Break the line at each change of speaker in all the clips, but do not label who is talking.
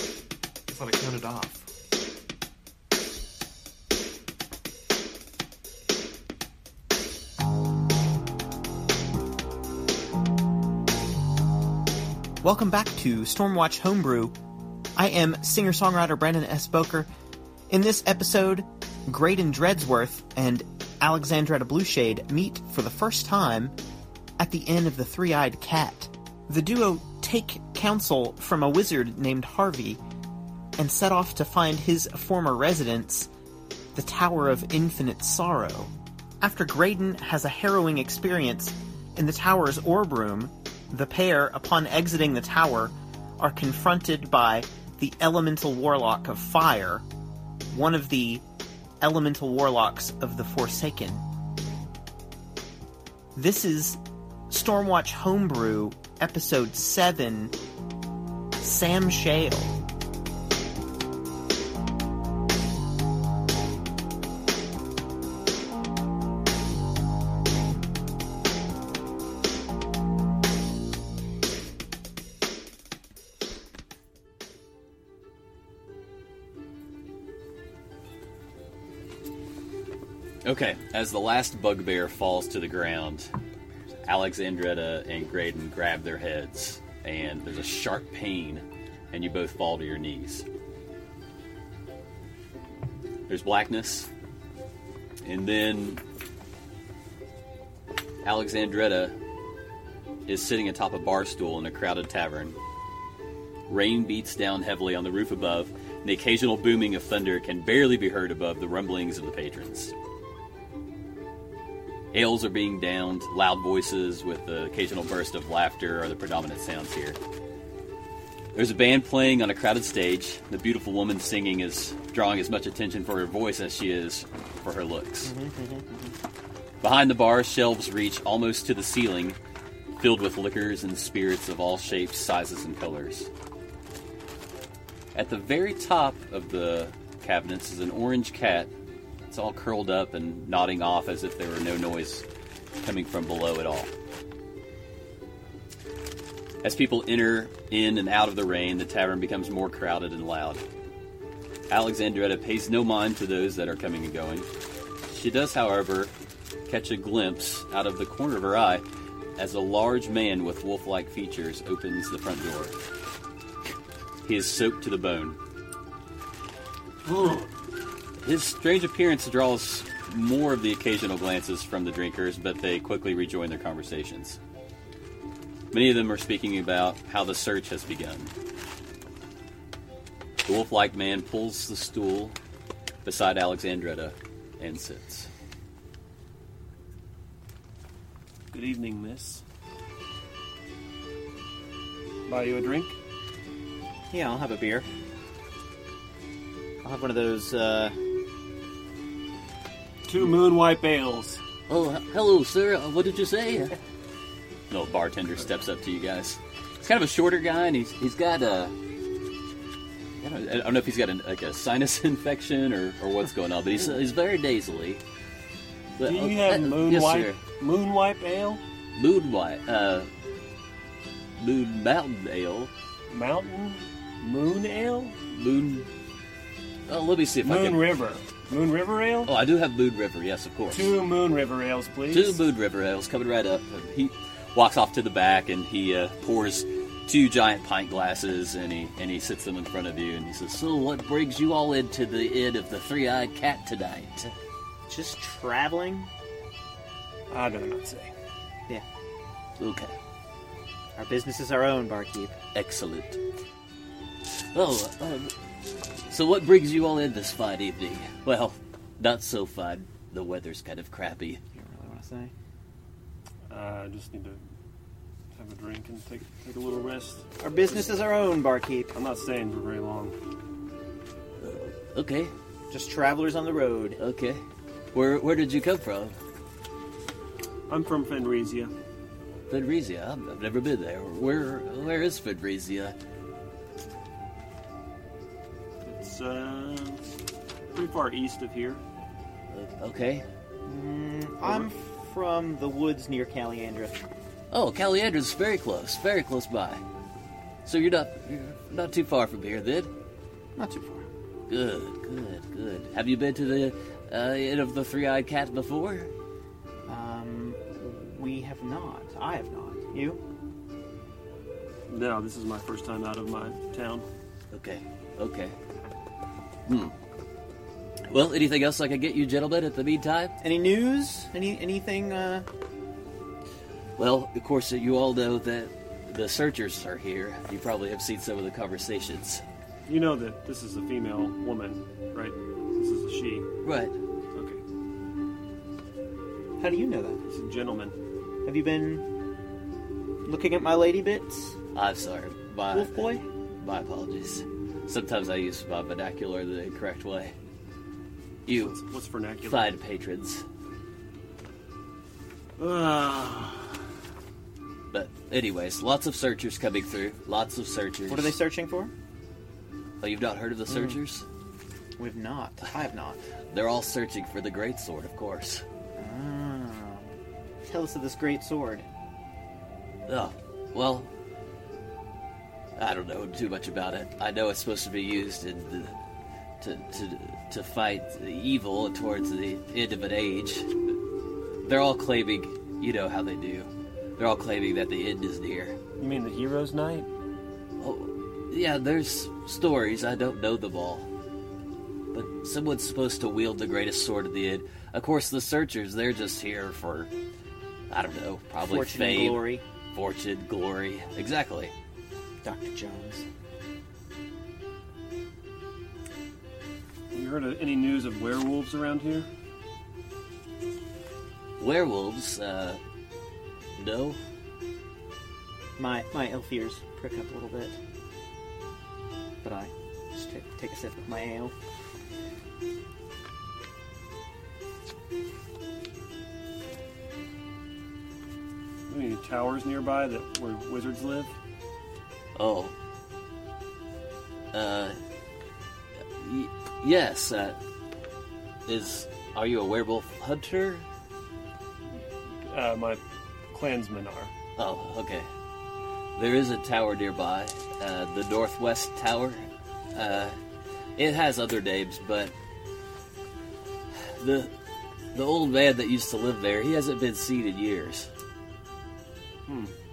thought I counted off.
Welcome back to Stormwatch Homebrew. I am singer songwriter Brandon S. Boker. In this episode, Graydon Dreadsworth and Alexandretta Blueshade meet for the first time at the Inn of the Three Eyed Cat. The duo take counsel from a wizard named Harvey and set off to find his former residence, the Tower of Infinite Sorrow. After Graydon has a harrowing experience in the tower's orb room, the pair, upon exiting the tower, are confronted by the elemental warlock of fire, one of the elemental warlocks of the Forsaken. This is Stormwatch Homebrew, Episode 7 Sam Shale.
Okay, as the last bugbear falls to the ground, Alexandretta and Graydon grab their heads, and there's a sharp pain, and you both fall to your knees. There's blackness, and then Alexandretta is sitting atop a bar stool in a crowded tavern. Rain beats down heavily on the roof above, and the occasional booming of thunder can barely be heard above the rumblings of the patrons. Ales are being downed, loud voices with the occasional burst of laughter are the predominant sounds here. There's a band playing on a crowded stage. The beautiful woman singing is drawing as much attention for her voice as she is for her looks. Behind the bar, shelves reach almost to the ceiling, filled with liquors and spirits of all shapes, sizes, and colors. At the very top of the cabinets is an orange cat. It's all curled up and nodding off as if there were no noise coming from below at all. As people enter in and out of the rain, the tavern becomes more crowded and loud. Alexandretta pays no mind to those that are coming and going. She does, however, catch a glimpse out of the corner of her eye as a large man with wolf like features opens the front door. He is soaked to the bone. His strange appearance draws more of the occasional glances from the drinkers, but they quickly rejoin their conversations. Many of them are speaking about how the search has begun. The wolf like man pulls the stool beside Alexandretta and sits.
Good evening, miss. Buy you a drink?
Yeah, I'll have a beer. I'll have one of those, uh.
Two moonwipe ales.
Oh, hello, sir. What did you say? The bartender steps up to you guys. He's kind of a shorter guy, and he's he's got a. I don't, I don't know if he's got an, like a sinus infection or, or what's going on, but he's, he's very nasally. But,
Do you
oh,
have
uh,
moonwipe
Yes, sir.
moonwipe ale?
Moonwipe. Uh, moon Mountain Ale.
Mountain moon ale?
Moon. Oh, let me see if I
Moon
can.
River. Moon River ale?
Oh, I do have Moon River. Yes, of course.
Two Moon River ales, please.
Two Moon River ales coming right up. He walks off to the back and he uh, pours two giant pint glasses and he and he sits them in front of you and he says, "So, what brings you all into the inn of the Three-Eyed Cat tonight?"
Just traveling?
I'd rather not say.
Yeah.
Okay,
Our business is our own, barkeep.
excellent. Oh, um, so what brings you all in this fine evening? Well, not so fine. The weather's kind of crappy.
You don't really want to say?
Uh, I just need to have a drink and take take a little rest.
Our business is our own, barkeep.
I'm not staying for very long.
Okay,
Just travelers on the road.
okay. Where where did you come from?
I'm from Fenrisia.
Fedrizia. I've I've never been there. Where where is Fedrizia?
It's uh, pretty far east of here.
Uh, Okay.
Mm, I'm from the woods near Caliandra.
Oh, Caliandra's very close, very close by. So you're not you're not too far from here, then? Not too far. Good, good, good. Have you been to the uh, Inn of the Three-Eyed Cat before?
Um, we have not. I have not. You?
No, this is my first time out of my town.
Okay, okay. Hmm. Well, anything else I could get you, gentlemen, at the meantime?
Any news? Any anything? Uh,
Well, of course, you all know that the searchers are here. You probably have seen some of the conversations.
You know that this is a female woman, right? This is a she.
Right.
Okay.
how do you know that?
It's a gentleman.
Have you been looking at my lady bits,
I'm sorry. My,
Wolf Boy?
My apologies. Sometimes I use my vernacular the incorrect way. You
What's, what's vernacular?
fine patrons.
Ah,
But, anyways, lots of searchers coming through. Lots of searchers.
What are they Hmm. searching for?
Oh, you've not heard of the searchers?
We've not. I have not.
They're all searching for the great sword, of course.
Ah. Tell us of this great sword.
Oh, well, I don't know too much about it. I know it's supposed to be used in the, to, to, to fight the evil towards the end of an age. They're all claiming, you know how they do. They're all claiming that the end is near.
you mean the hero's night?
Oh, yeah, there's stories. I don't know them all. But someone's supposed to wield the greatest sword at the end. Of course, the searchers, they're just here for, I don't know, probably
Fortune
fame.
and glory.
Fortune, glory. Exactly.
Dr. Jones.
Have you heard of any news of werewolves around here?
Werewolves, uh, no.
My my elf ears prick up a little bit. But I just take, take a sip of my ale.
Any towers nearby that where wizards live?
Oh. Uh, y- yes, uh, is, are you a werewolf hunter?
Uh, my clansmen are.
Oh, okay. There is a tower nearby, uh, the Northwest Tower. Uh, it has other names, but the the old man that used to live there, he hasn't been seen in years.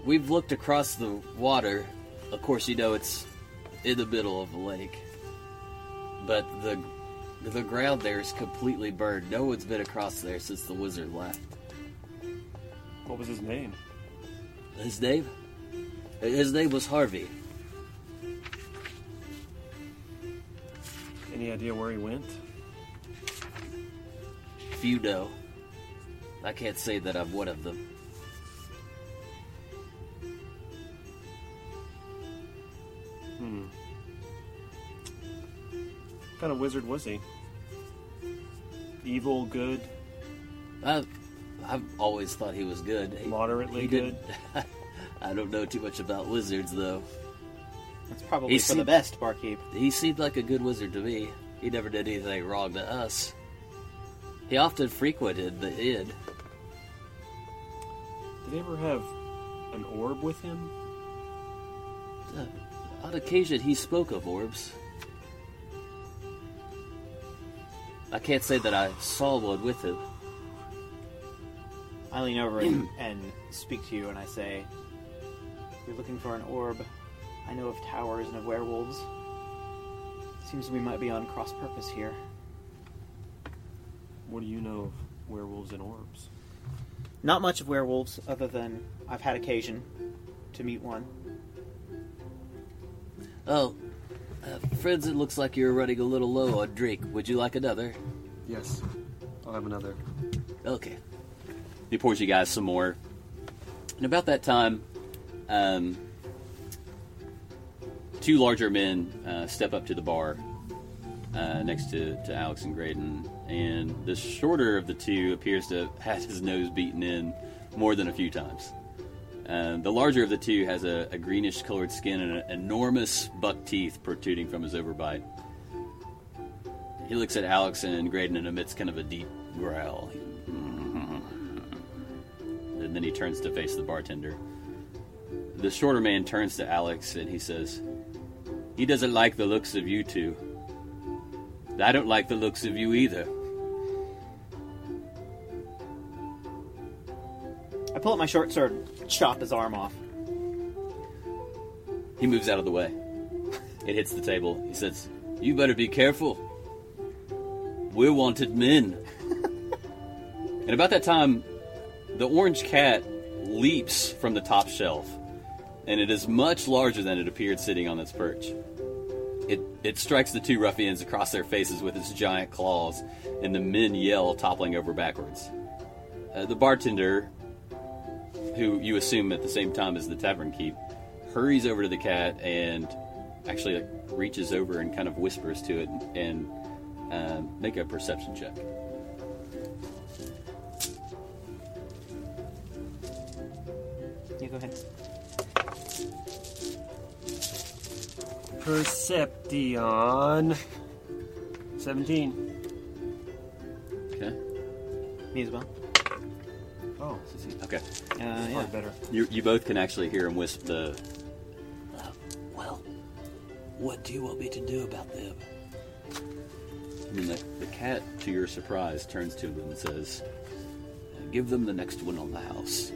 We've looked across the water. Of course, you know it's in the middle of the lake, but the the ground there is completely burned. No one's been across there since the wizard left.
What was his name?
His name? His name was Harvey.
Any idea where he went?
Few know. I can't say that I'm one of them.
What kind of wizard was he? Evil, good,
I, I've always thought he was good. He-
moderately
he didn't-
good.
I don't know too much about wizards, though.
That's probably
He's
for the
seen-
best, barkeep.
He seemed like a good wizard to me. He never did anything wrong to us. He often frequented the inn.
Did he ever have an orb with him?
Uh, on occasion, he spoke of orbs. I can't say that I saw one with him.
I lean over and, and speak to you and I say, You're looking for an orb. I know of towers and of werewolves. Seems we might be on cross purpose here.
What do you know of werewolves and orbs?
Not much of werewolves, other than I've had occasion to meet one.
Oh, uh, friends, it looks like you're running a little low on drink. Would you like another?
Yes, I'll have another.
Okay. He pours you guys some more. And about that time, um, two larger men uh, step up to the bar uh, next to, to Alex and Graydon. And the shorter of the two appears to have had his nose beaten in more than a few times. Um, the larger of the two has a, a greenish colored skin and an enormous buck teeth protruding from his overbite. He looks at Alex and Graydon and emits kind of a deep growl. And then he turns to face the bartender. The shorter man turns to Alex and he says, He doesn't like the looks of you two. I don't like the looks of you either.
I pull out my short sword, chop his arm off.
He moves out of the way. It hits the table. He says, You better be careful. We're wanted men. and about that time, the orange cat leaps from the top shelf, and it is much larger than it appeared sitting on its perch. It, it strikes the two ruffians across their faces with its giant claws, and the men yell, toppling over backwards. Uh, the bartender, who you assume at the same time as the tavern keep, hurries over to the cat and actually like, reaches over and kind of whispers to it and um, make a perception check.
Yeah, go ahead.
Perception. 17.
Okay.
Me as well.
Oh,
Okay.
Uh, yeah.
probably better.
You, you both can actually hear him whisper the. Uh, well, what do you want me to do about them? And then the, the cat, to your surprise, turns to him and says, Give them the next one on the house.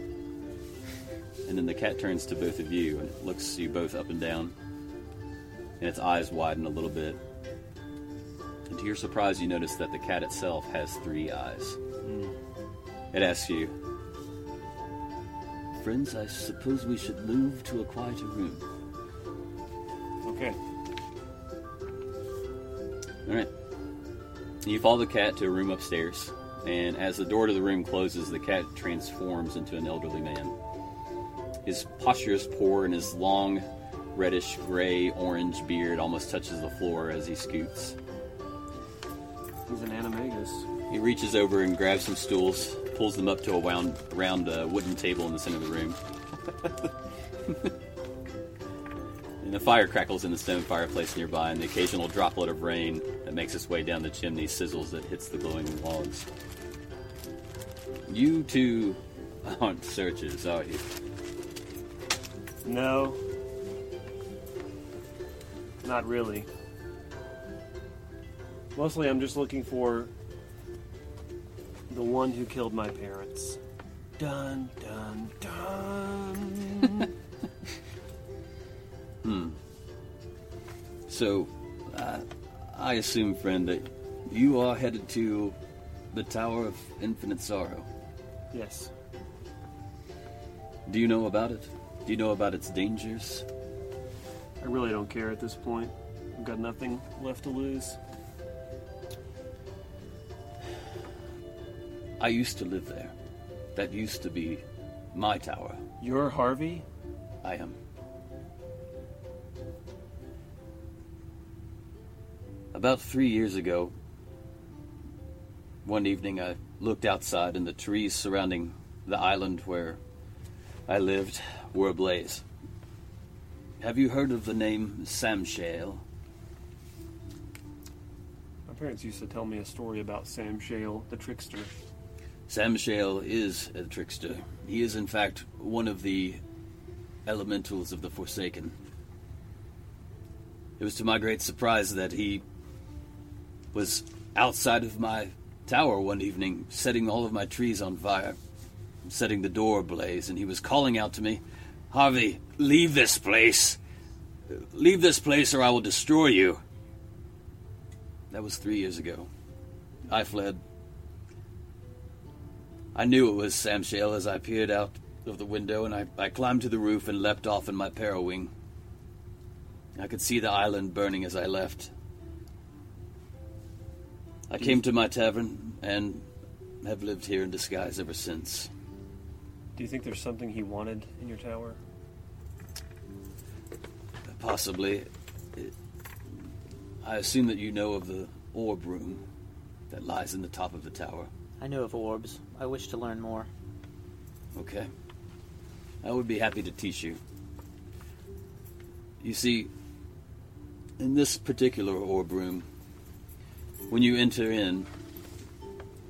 And then the cat turns to both of you and looks you both up and down. And its eyes widen a little bit. And to your surprise, you notice that the cat itself has three eyes. Hmm. It asks you, Friends, I suppose we should move to a quieter room.
Okay.
All right. You follow the cat to a room upstairs, and as the door to the room closes, the cat transforms into an elderly man. His posture is poor, and his long, reddish gray orange beard almost touches the floor as he scoots.
He's an animagus.
He reaches over and grabs some stools, pulls them up to a wound, round uh, wooden table in the center of the room. and the fire crackles in the stone fireplace nearby, and the occasional droplet of rain that makes its way down the chimney sizzles that hits the glowing logs. You two aren't searchers, are you?
No. Not really. Mostly I'm just looking for the one who killed my parents. Dun dun dun.
So, uh, I assume, friend, that you are headed to the Tower of Infinite Sorrow.
yes.
Do you know about it? Do you know about its dangers?
I really don't care at this point. I've got nothing left to lose.
I used to live there. That used to be my tower.
You're Harvey?
I am. About three years ago, one evening I looked outside and the trees surrounding the island where I lived were ablaze. Have you heard of the name Samshale?
My parents used to tell me a story about Sam Shale, the trickster.
Sam Shale is a trickster. He is, in fact, one of the elementals of the Forsaken. It was to my great surprise that he was outside of my tower one evening, setting all of my trees on fire, setting the door ablaze, and he was calling out to me, Harvey, leave this place! Leave this place or I will destroy you! That was three years ago. I fled. I knew it was Sam Shale as I peered out of the window, and I, I climbed to the roof and leapt off in my parowing. I could see the island burning as I left. I came to my tavern and have lived here in disguise ever since.
Do you think there's something he wanted in your tower?
Possibly. I assume that you know of the orb room that lies in the top of the tower.
I know of orbs. I wish to learn more.
Okay. I would be happy to teach you. You see, in this particular orb room, when you enter in,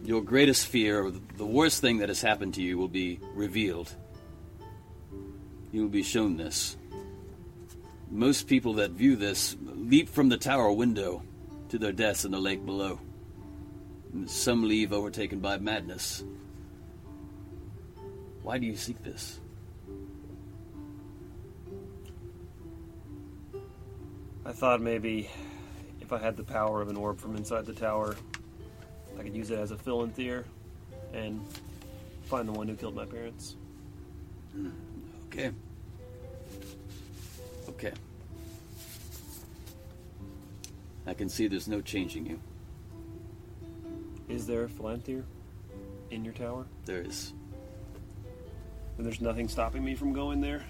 your greatest fear, or the worst thing that has happened to you, will be revealed. You will be shown this. Most people that view this leap from the tower window to their deaths in the lake below. And some leave overtaken by madness. Why do you seek this?
I thought maybe if I had the power of an orb from inside the tower, I could use it as a fill in theater and find the one who killed my parents.
Okay. Okay. I can see there's no changing you.
Is there a Philanthir in your tower?
There is.
And there's nothing stopping me from going there?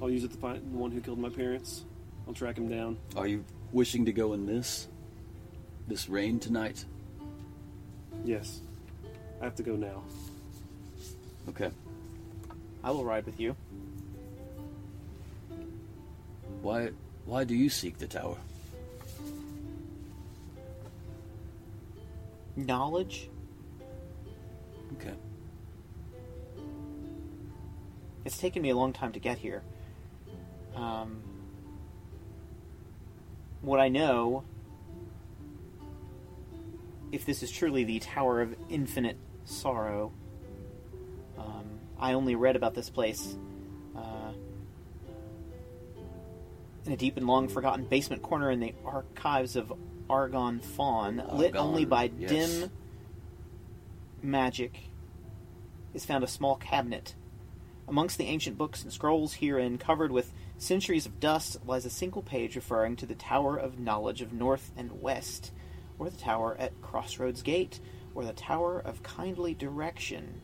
I'll use it to find the one who killed my parents. I'll track him down.
Are you wishing to go in this? This rain tonight?
Yes. I have to go now.
Okay.
I will ride with you.
Why why do you seek the tower?
Knowledge?
Okay.
It's taken me a long time to get here. Um, what I know, if this is truly the Tower of Infinite Sorrow, um, I only read about this place uh, in a deep and long forgotten basement corner in the archives of Argon Fawn, lit
Argonne,
only by
yes.
dim magic, is found a small cabinet Amongst the ancient books and scrolls herein, covered with centuries of dust, lies a single page referring to the Tower of Knowledge of North and West, or the Tower at Crossroads Gate, or the Tower of Kindly Direction.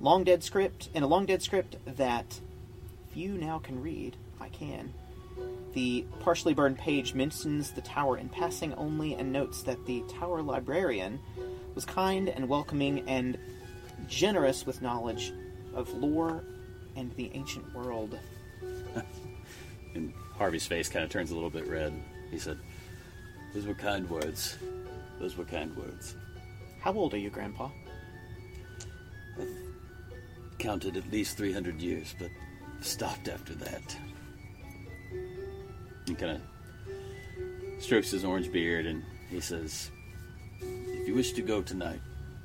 Long dead script, in a long dead script that few now can read, I can. The partially burned page mentions the tower in passing only and notes that the tower librarian was kind and welcoming and generous with knowledge of lore and the ancient world.
And Harvey's face kind of turns a little bit red. He said, Those were kind words. Those were kind words.
How old are you, Grandpa?
Counted at least 300 years, but stopped after that. He kind of strokes his orange beard and he says, If you wish to go tonight,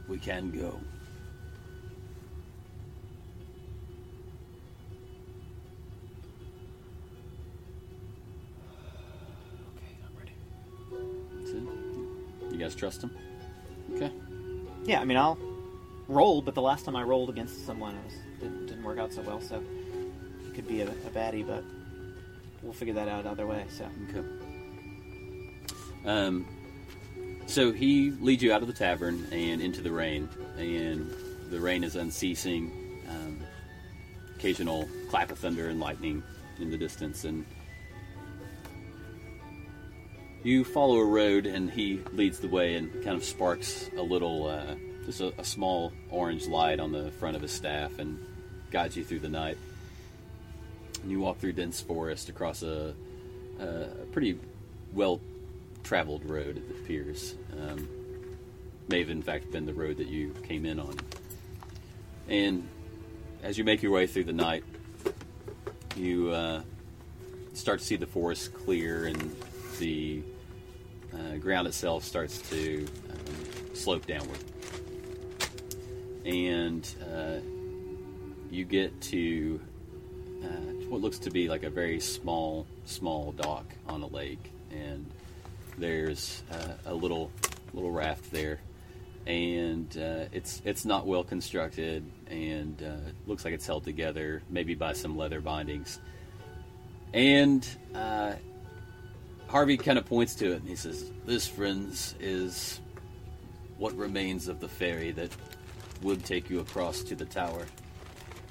we can go.
Okay, I'm ready.
See? You guys trust him? Okay.
Yeah, I mean, I'll roll, but the last time I rolled against someone, it was, didn't, didn't work out so well, so he could be a, a baddie, but we'll figure that out either way, so.
Okay. Um, so he leads you out of the tavern and into the rain, and the rain is unceasing. Um, occasional clap of thunder and lightning in the distance, and you follow a road, and he leads the way and kind of sparks a little, uh, just a, a small orange light on the front of his staff, and guides you through the night. And you walk through dense forest across a a pretty well traveled road, it appears. Um, may have, in fact, been the road that you came in on. And as you make your way through the night, you uh, start to see the forest clear and the uh, ground itself starts to um, slope downward. And uh, you get to uh, what looks to be like a very small, small dock on a lake, and there's uh, a little, little raft there, and uh, it's it's not well constructed, and uh, looks like it's held together maybe by some leather bindings, and. Uh, Harvey kind of points to it and he says, "This, friends, is what remains of the ferry that would take you across to the tower."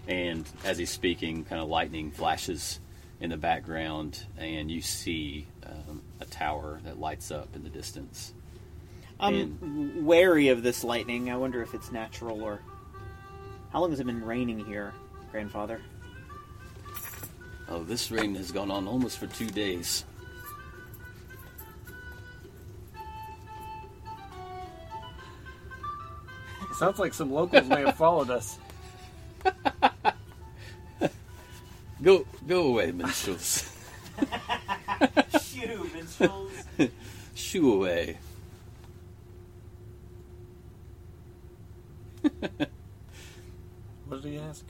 And as he's speaking, kind of lightning flashes in the background, and you see um, a tower that lights up in the distance.
I'm
And-
w- wary of this lightning. I wonder if it's natural or. How long has it been raining here, Grandfather?
Oh, this rain has gone on almost for two days.
Sounds like some locals may have followed us.
Go, go away, minstrels.
Shoo, minstrels!
Shoo away.
What did he ask?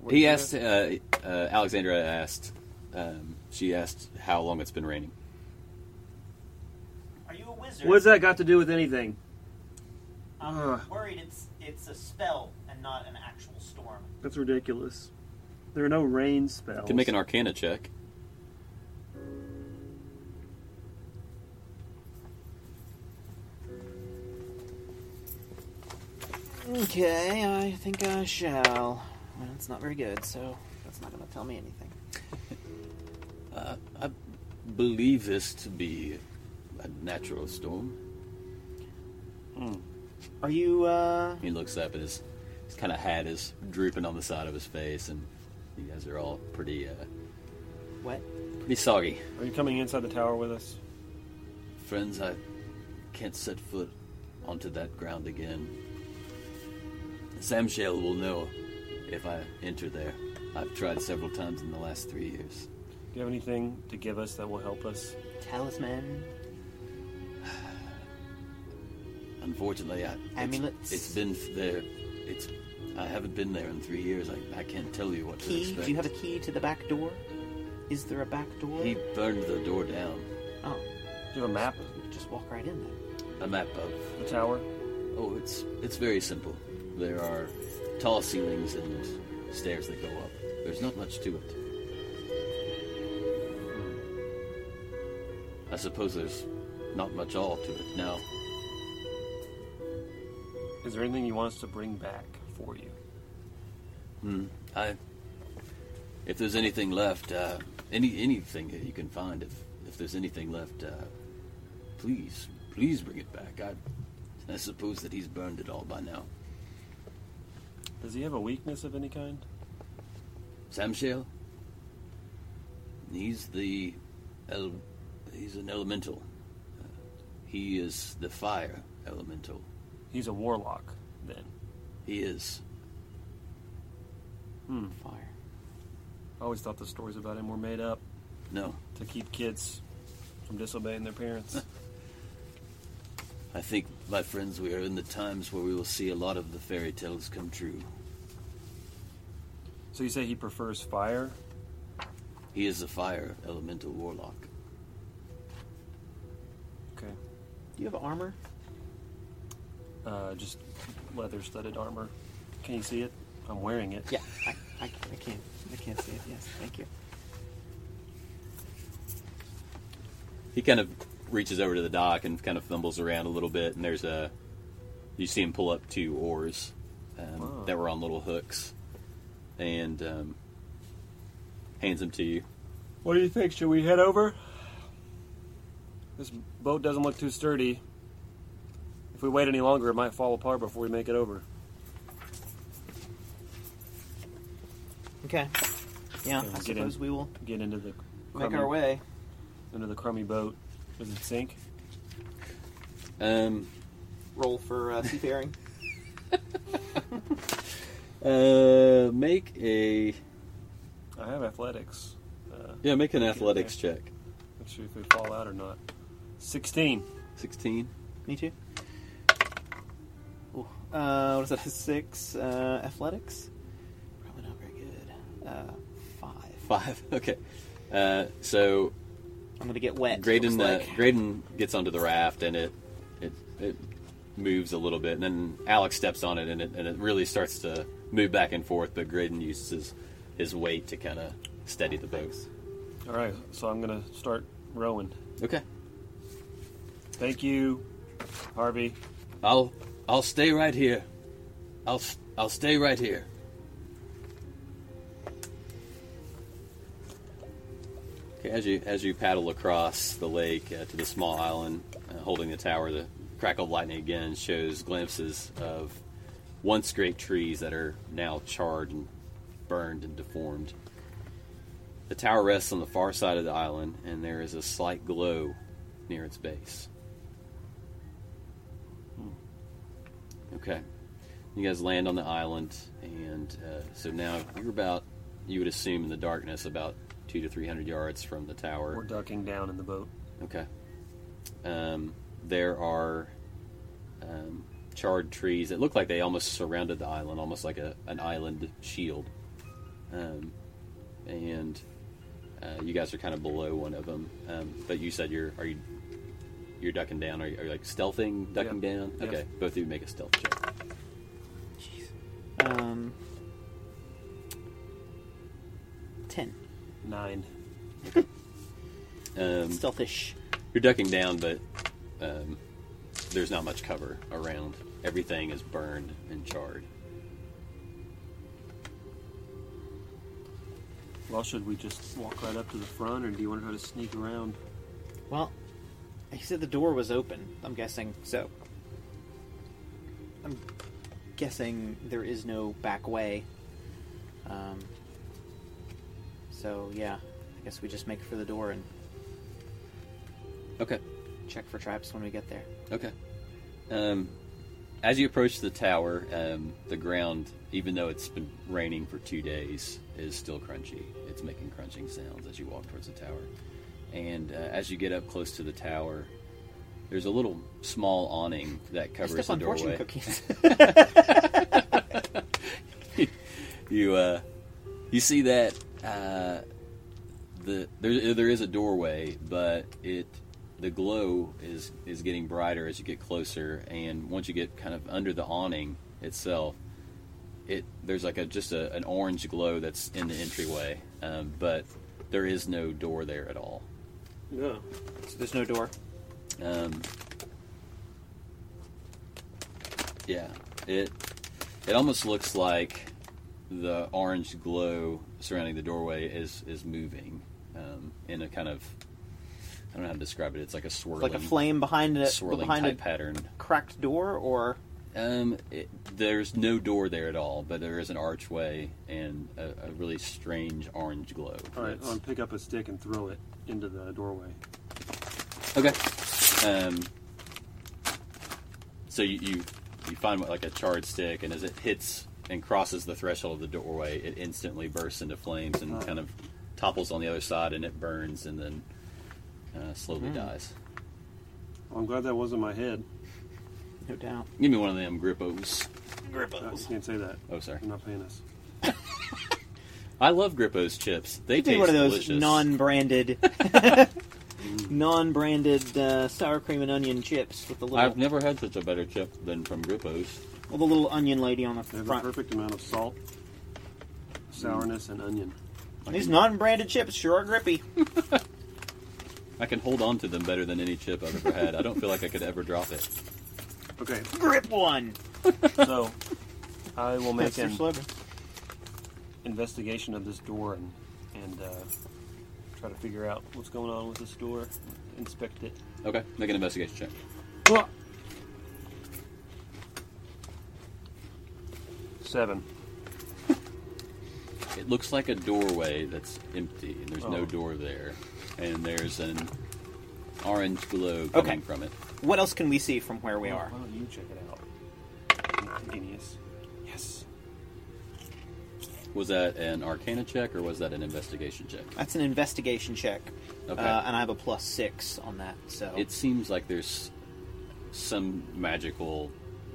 What did
He asked, uh, uh, Alexandra asked, um, she asked how long it's been raining.
Are you a wizard?
What's that got to do with anything?
I'm
Ugh.
worried it's it's a spell and not an actual storm.
That's ridiculous. There are no rain spells.
Can make an arcana check.
Okay, I think I shall. Well, it's not very good, so that's not going to tell me anything.
Believe this to be a natural storm.
Are you? uh...
He looks up and his, his kind of hat is drooping on the side of his face, and you guys are all pretty, uh,
What?
pretty soggy.
Are you coming inside the tower with us?
Friends, I can't set foot onto that ground again. Samshale will know if I enter there. I've tried several times in the last three years.
Do you have anything to give us that will help us?
Talisman?
Unfortunately, I it's-
Amulets?
it's been f- there. It's I haven't been there in three years. I, I can't tell you what to
Key?
expect.
Do you have a key to the back door? Is there a back door?
He burned the door down.
Oh,
Do you have a map
we could just walk right in there.
A map of
of the tower?
Oh, it's it's very simple. There are tall ceilings and stairs that go up. There's not much to it. I suppose there's not much all to it now.
Is there anything you want us to bring back for you?
I, if there's anything left, uh, any anything that you can find, if if there's anything left, uh, please please bring it back. I I suppose that he's burned it all by now.
Does he have a weakness of any kind?
Samshale. He's the, el- he's an elemental. Uh, he is the fire elemental.
He's a warlock, then.
He is.
Fire.
I always thought the stories about him were made up
No,
to keep kids from disobeying their parents.
I think, my friends, we are in the times where we will see a lot of the fairy tales come true.
so you say he prefers fire?
He is the fire elemental warlock.
Okay.
Do you have armor?
Uh, just leather studded armor. Can you see it? I'm wearing it.
Yeah, I, I, I can. I can see it, yes. Thank you.
He kind of reaches over to the dock and kind of fumbles around a little bit, and there's a. You see him pull up two oars um,
Wow.
that were on little hooks, and um, hands them to you.
What do you think? Should we head over? This boat doesn't look too sturdy. If we wait any longer, it might fall apart before we make it over.
Okay. Yeah, I
Yeah, get in.
suppose we will
Get into the
make
crummy-
our way.
into the crummy boat. Does it sink?
Um,
Roll for uh, seafaring.
Uh, make a
I have athletics. Uh,
yeah, make an athletics check.
not sure if we fall out or not. Sixteen.
Sixteen.
Me too. Ooh, uh, what is that? A six? Uh, athletics? Probably not very good. Uh, five.
Five. Okay. Uh, so
I'm gonna get wet.
Graydon,
looks
uh,
like.
Graydon gets onto the raft and it it it moves a little bit, and then Alex steps on it and it and it really starts to move back and forth. But Graydon uses his, his weight to kind of steady the boat.
All right, so I'm gonna start rowing.
Okay.
Thank you, Harvey.
I'll I'll stay right here. I'll s- I'll stay right here. Okay, as you as you paddle across the lake uh, to the small island, uh, holding the tower, the crackle of lightning again shows glimpses of once great trees that are now charred and burned and deformed. The tower rests on the far side of the island, and there is a slight glow near its base. Hmm. Okay. You guys land on the island, and uh, so now you're about, you would assume in the darkness, about two to three hundred yards from the
We're
tower.
ducking down in the boat.
Okay. Um, there are um, charred trees that look like they almost surrounded the island, almost like a, an island shield. Um, and uh, you guys are kind of below one of them. Um, but you said you're are you you're ducking down? Are you, are you like stealthing, ducking
Yeah.
down?
Yeah.
Okay, both of you make a stealth check.
Um, ten.
Nine.
Um,
Stealthish.
You're ducking down, but um, there's not much cover around. Everything is burned and charred.
Well, should we just walk right up to the front, or do you want to try to sneak around?
Well, he said the door was open. I'm guessing so. I'm guessing there is no back way. Um, so yeah, I guess we just make for the door and
Okay.
check for traps when we get there.
Okay. Um, as you approach the tower, um, the ground, even though it's been raining for two days, is still crunchy. It's making crunching sounds as you walk towards the tower. And uh, as you get up close to the tower, there's a little small awning that
I
covers
step
the
on
doorway.
fortune cookies.
you uh, you see that uh, the there there is a doorway, but it the glow is is getting brighter as you get closer, and once you get kind of under the awning itself, it there's like a just a, an orange glow that's in the entryway, um, but there is no door there at all.
No.
so there's no door.
Um, yeah, it it almost looks like the orange glow surrounding the doorway is is moving um, in a kind of I don't know how to describe it. It's like a
It's
swirling,
like a flame behind a
swirling
behind
type
a
pattern.
cracked door, or
Um, it, there's no door there at all, but there is an archway and a, a really strange orange glow.
All right,
that's-
I'll pick up a stick and throw it into the doorway.
Okay. Um, so you, you you find what, like a charred stick, and as it hits and crosses the threshold of the doorway, it instantly bursts into flames and
Oh.
kind of topples on the other side, and it burns and then uh, slowly
Hmm.
dies.
Well, I'm glad that wasn't my head.
no doubt.
Give me one of them grippos.
No, you can't say that.
Oh, sorry.
You're not paying us.
I love grippos chips. They
Could be
taste
one of those
delicious.
non-branded, non-branded uh, sour cream and onion chips with the little,
I've never had such a better chip than from grippos.
with the little onion lady on the
They have
front.
the perfect amount of salt, sourness, and onion.
These non-branded chips sure are grippy.
I can hold on to them better than any chip I've ever had. I don't feel like I could ever drop it.
Okay,
Grip one.
so I will
That's
make
their
an
slogan.
investigation of this door and and uh, try to figure out what's going on with this door. Inspect it.
Okay, make an investigation check.
Seven.
It looks like a doorway that's empty, and there's
Oh.
no door there, and there's an orange glow coming
Okay.
from it.
What else can we see from where we are?
Why don't you check it out? Genius. Yes.
Was that an Arcana check or was that an investigation check?
That's an investigation check,
Okay.
uh, and I have a plus six on that. So
It seems like there's some magical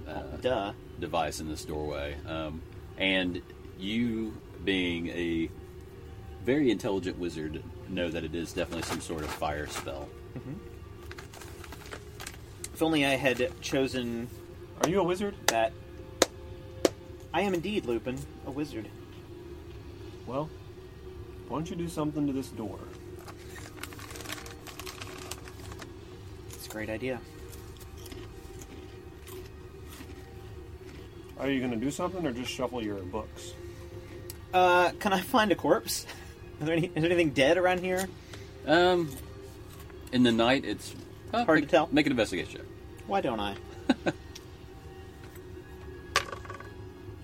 uh,
duh.
device in this doorway, um, and you, being a very intelligent wizard, know that it is definitely some sort of fire spell.
If only I had chosen
Are you a wizard?
that. I am indeed Lupin, a wizard.
Well, why don't you do something to this door?
It's a great idea.
Are you going to do something or just shuffle your books?
Uh, can I find a corpse? Is there, any, is there anything dead around here?
Um, in the night, it's uh,
Hard to
make-
tell.
Make an investigation check.
Why don't I?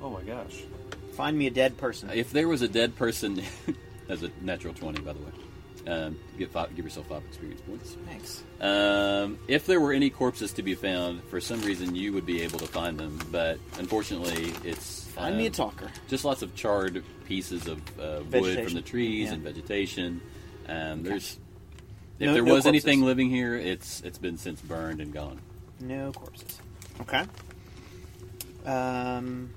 Oh my gosh.
Find me a dead person.
Uh, If there was a dead person, as a natural twenty, by the way, um, get five, give yourself five experience points.
Thanks.
Um, if there were any corpses to be found, for some reason you would be able to find them, but unfortunately, it's
Find
um,
me a talker.
Just lots of charred pieces of uh, wood
Vegetation.
from the trees
Yeah.
and vegetation. Um, There's If
No-
there
no
was anything
corpses.
living here, it's it's been since burned and gone.
No corpses. Okay. Um.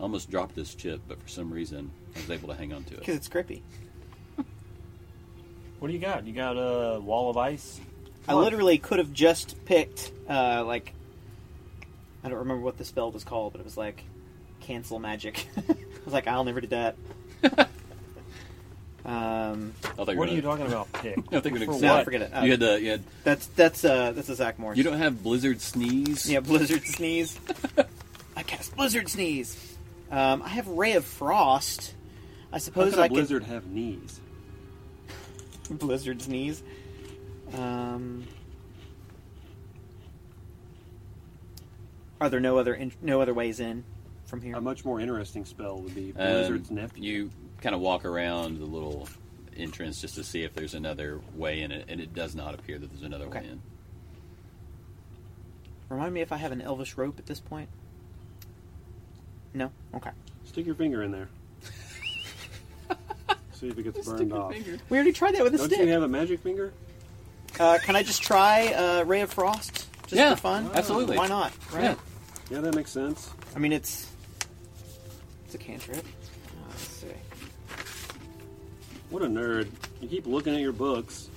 Almost dropped this chip, but for some reason I was able to hang on to
Because
it.
it's grippy.
What do you got? You got a wall of ice.
I literally could have just picked, uh, like, I don't remember what the spell was called, but it was like cancel magic. I was like, I'll never do that. um,
I thought you were
What are you
gonna-
talking about? Pick.
I think we're
For
gonna
no,
what?
forget it. Uh,
You had the you had
that's that's uh, that's a Zach Morris.
you don't have blizzard sneeze.
Yeah, Blizzard Sneeze. I cast Blizzard Sneeze. Um, I have Ray of Frost. I
How
suppose
could
I
a
could-
blizzard have knees?
Blizzard Sneeze. Um, are there no other in- no other ways in from here?
A much more interesting spell would be
Um,
blizzard's nephew.
You kind of walk around the little entrance just to see if there's another way in it, and it does not appear that there's another way
Okay.
in.
Remind me if I have an Elvish rope at this point. No. Okay.
Stick your finger in there. See if it gets burned off.
We already tried that with a
Don't
stick.
you have a magic finger?
uh, can I just try uh, Ray of Frost just
Yeah,
for fun?
absolutely.
Why not? Right.
Yeah.
Yeah, that makes sense.
I mean, it's it's a cantrip. Uh, Let's see.
What a nerd. You keep looking at your books.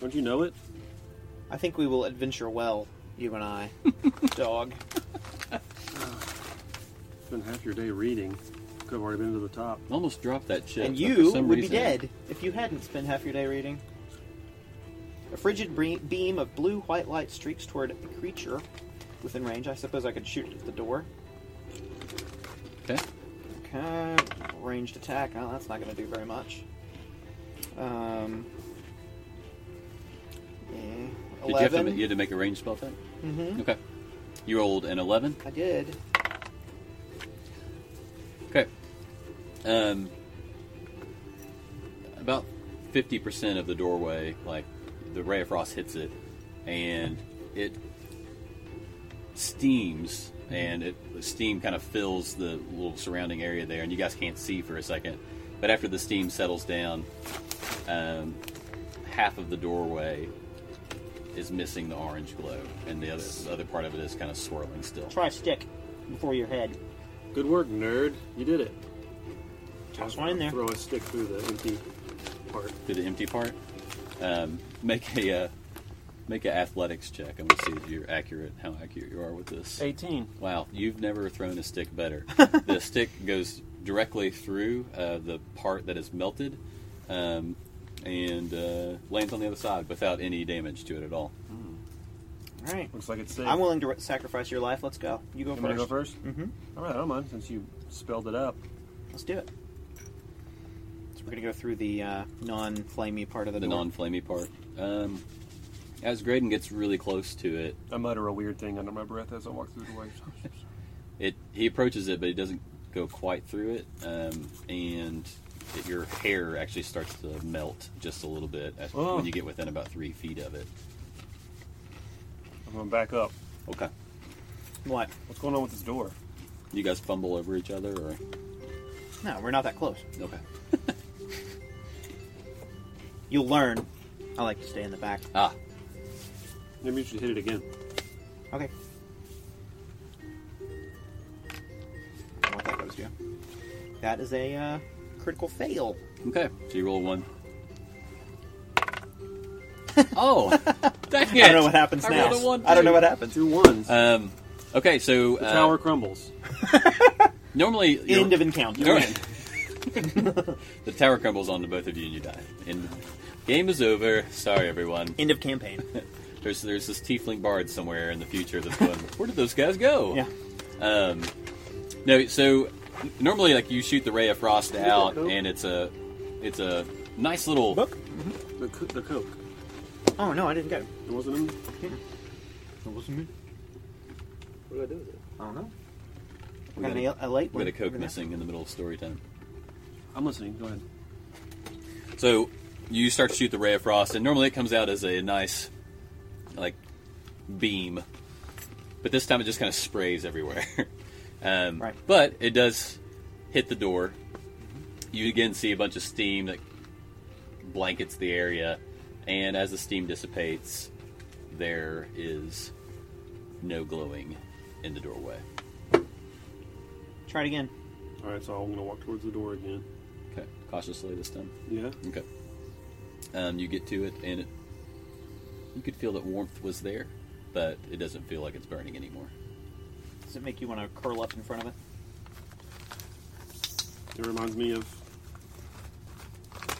Don't you know it?
I think we will adventure well, you and I, dog.
Spend half your day reading. Could have already been to the top.
Almost dropped that chip.
and
but
you
for some
would
reason-
be dead if you hadn't spent half your day reading. A frigid bre- beam of blue white light streaks toward a creature within range. I suppose I could shoot it at the door.
Okay.
Okay, ranged attack. Oh, that's not going to do very much. Um, yeah,
Did you, have to,
eleven.
ma- you had to make a range spell attack?
Mhm.
Okay. You rolled an 11.
I did.
Okay. Um, about 50% of the doorway, like, the ray of frost hits it, and it steams, and it the steam kind of fills the little surrounding area there, and you guys can't see for a second. But after the steam settles down, um, half of the doorway is missing the orange glow, and the other, the other part of it is kind of swirling still.
Try stick before your head.
Good work, nerd. You did it.
Toss one in there.
Throw a stick through the empty part.
to the empty part. Um, make a uh, make an athletics check. I'm gonna see if you're accurate. How accurate you are with this?
18.
Wow, you've never thrown a stick better. the stick goes directly through uh, the part that is melted, um, and uh, lands on the other side without any damage to it at all.
All right.
Looks like it's safe.
I'm willing to ri- sacrifice your life. Let's go. You go
You wanna
first.
go first?
Mm-hmm.
All right, I don't mind since you spelled it up.
Let's do it. So we're gonna go through the uh, non-flamey part of the,
The
door.
non-flamey part. Um, as Graydon gets really close to it,
I mutter a weird thing under my breath as I walk through the way.
it he approaches it, but he doesn't go quite through it, um, and it, your hair actually starts to melt just a little bit as,
Oh.
when you get within about three feet of it.
I'm going to back up.
Okay,
what?
What's going on with this door?
you guys fumble over each other, or
No, we're not that close.
okay,
You'll learn. I like to stay in the back.
ah,
Maybe you should hit it again.
Okay. I don't want that goes to. That is a uh, critical fail.
okay. So you roll one. oh, dang it!
I don't know what happens
I
now.
rolled a one,
I don't know
too.
what happens.
Two ones.
Um, okay, so
the
uh,
tower crumbles.
normally
End of encounter.
You're in. the tower crumbles onto both of you, and you die. And game is over. Sorry, everyone.
End of campaign.
There's there's this tiefling bard somewhere in the future that's going. Where did those guys go?
yeah.
Um, no. So normally, like you shoot the ray of frost
that
out,
cool?
and it's a it's a nice little
Book.
The, co- the Coke.
Oh no, I didn't go.
It wasn't in.
That wasn't me.
What did I do with it?
I don't know. We
We got
got,
a-
a, a late
bit
one.
of coke
We're gonna-
missing in the middle of story time.
I'm listening. Go ahead.
So you start to shoot the ray of frost, and normally it comes out as a nice like beam, but this time it just kind of sprays everywhere. um,
Right.
But it does hit the door. You again see a bunch of steam that blankets the area, and as the steam dissipates, there is no glowing in the doorway.
Try it again.
All right, so I'm gonna walk towards the door again.
Okay, cautiously this time.
Yeah.
Okay. Um, you get to it, and it, you could feel that warmth was there, but it doesn't feel like it's burning anymore.
Does it make you want to curl up in front of it?
It reminds me of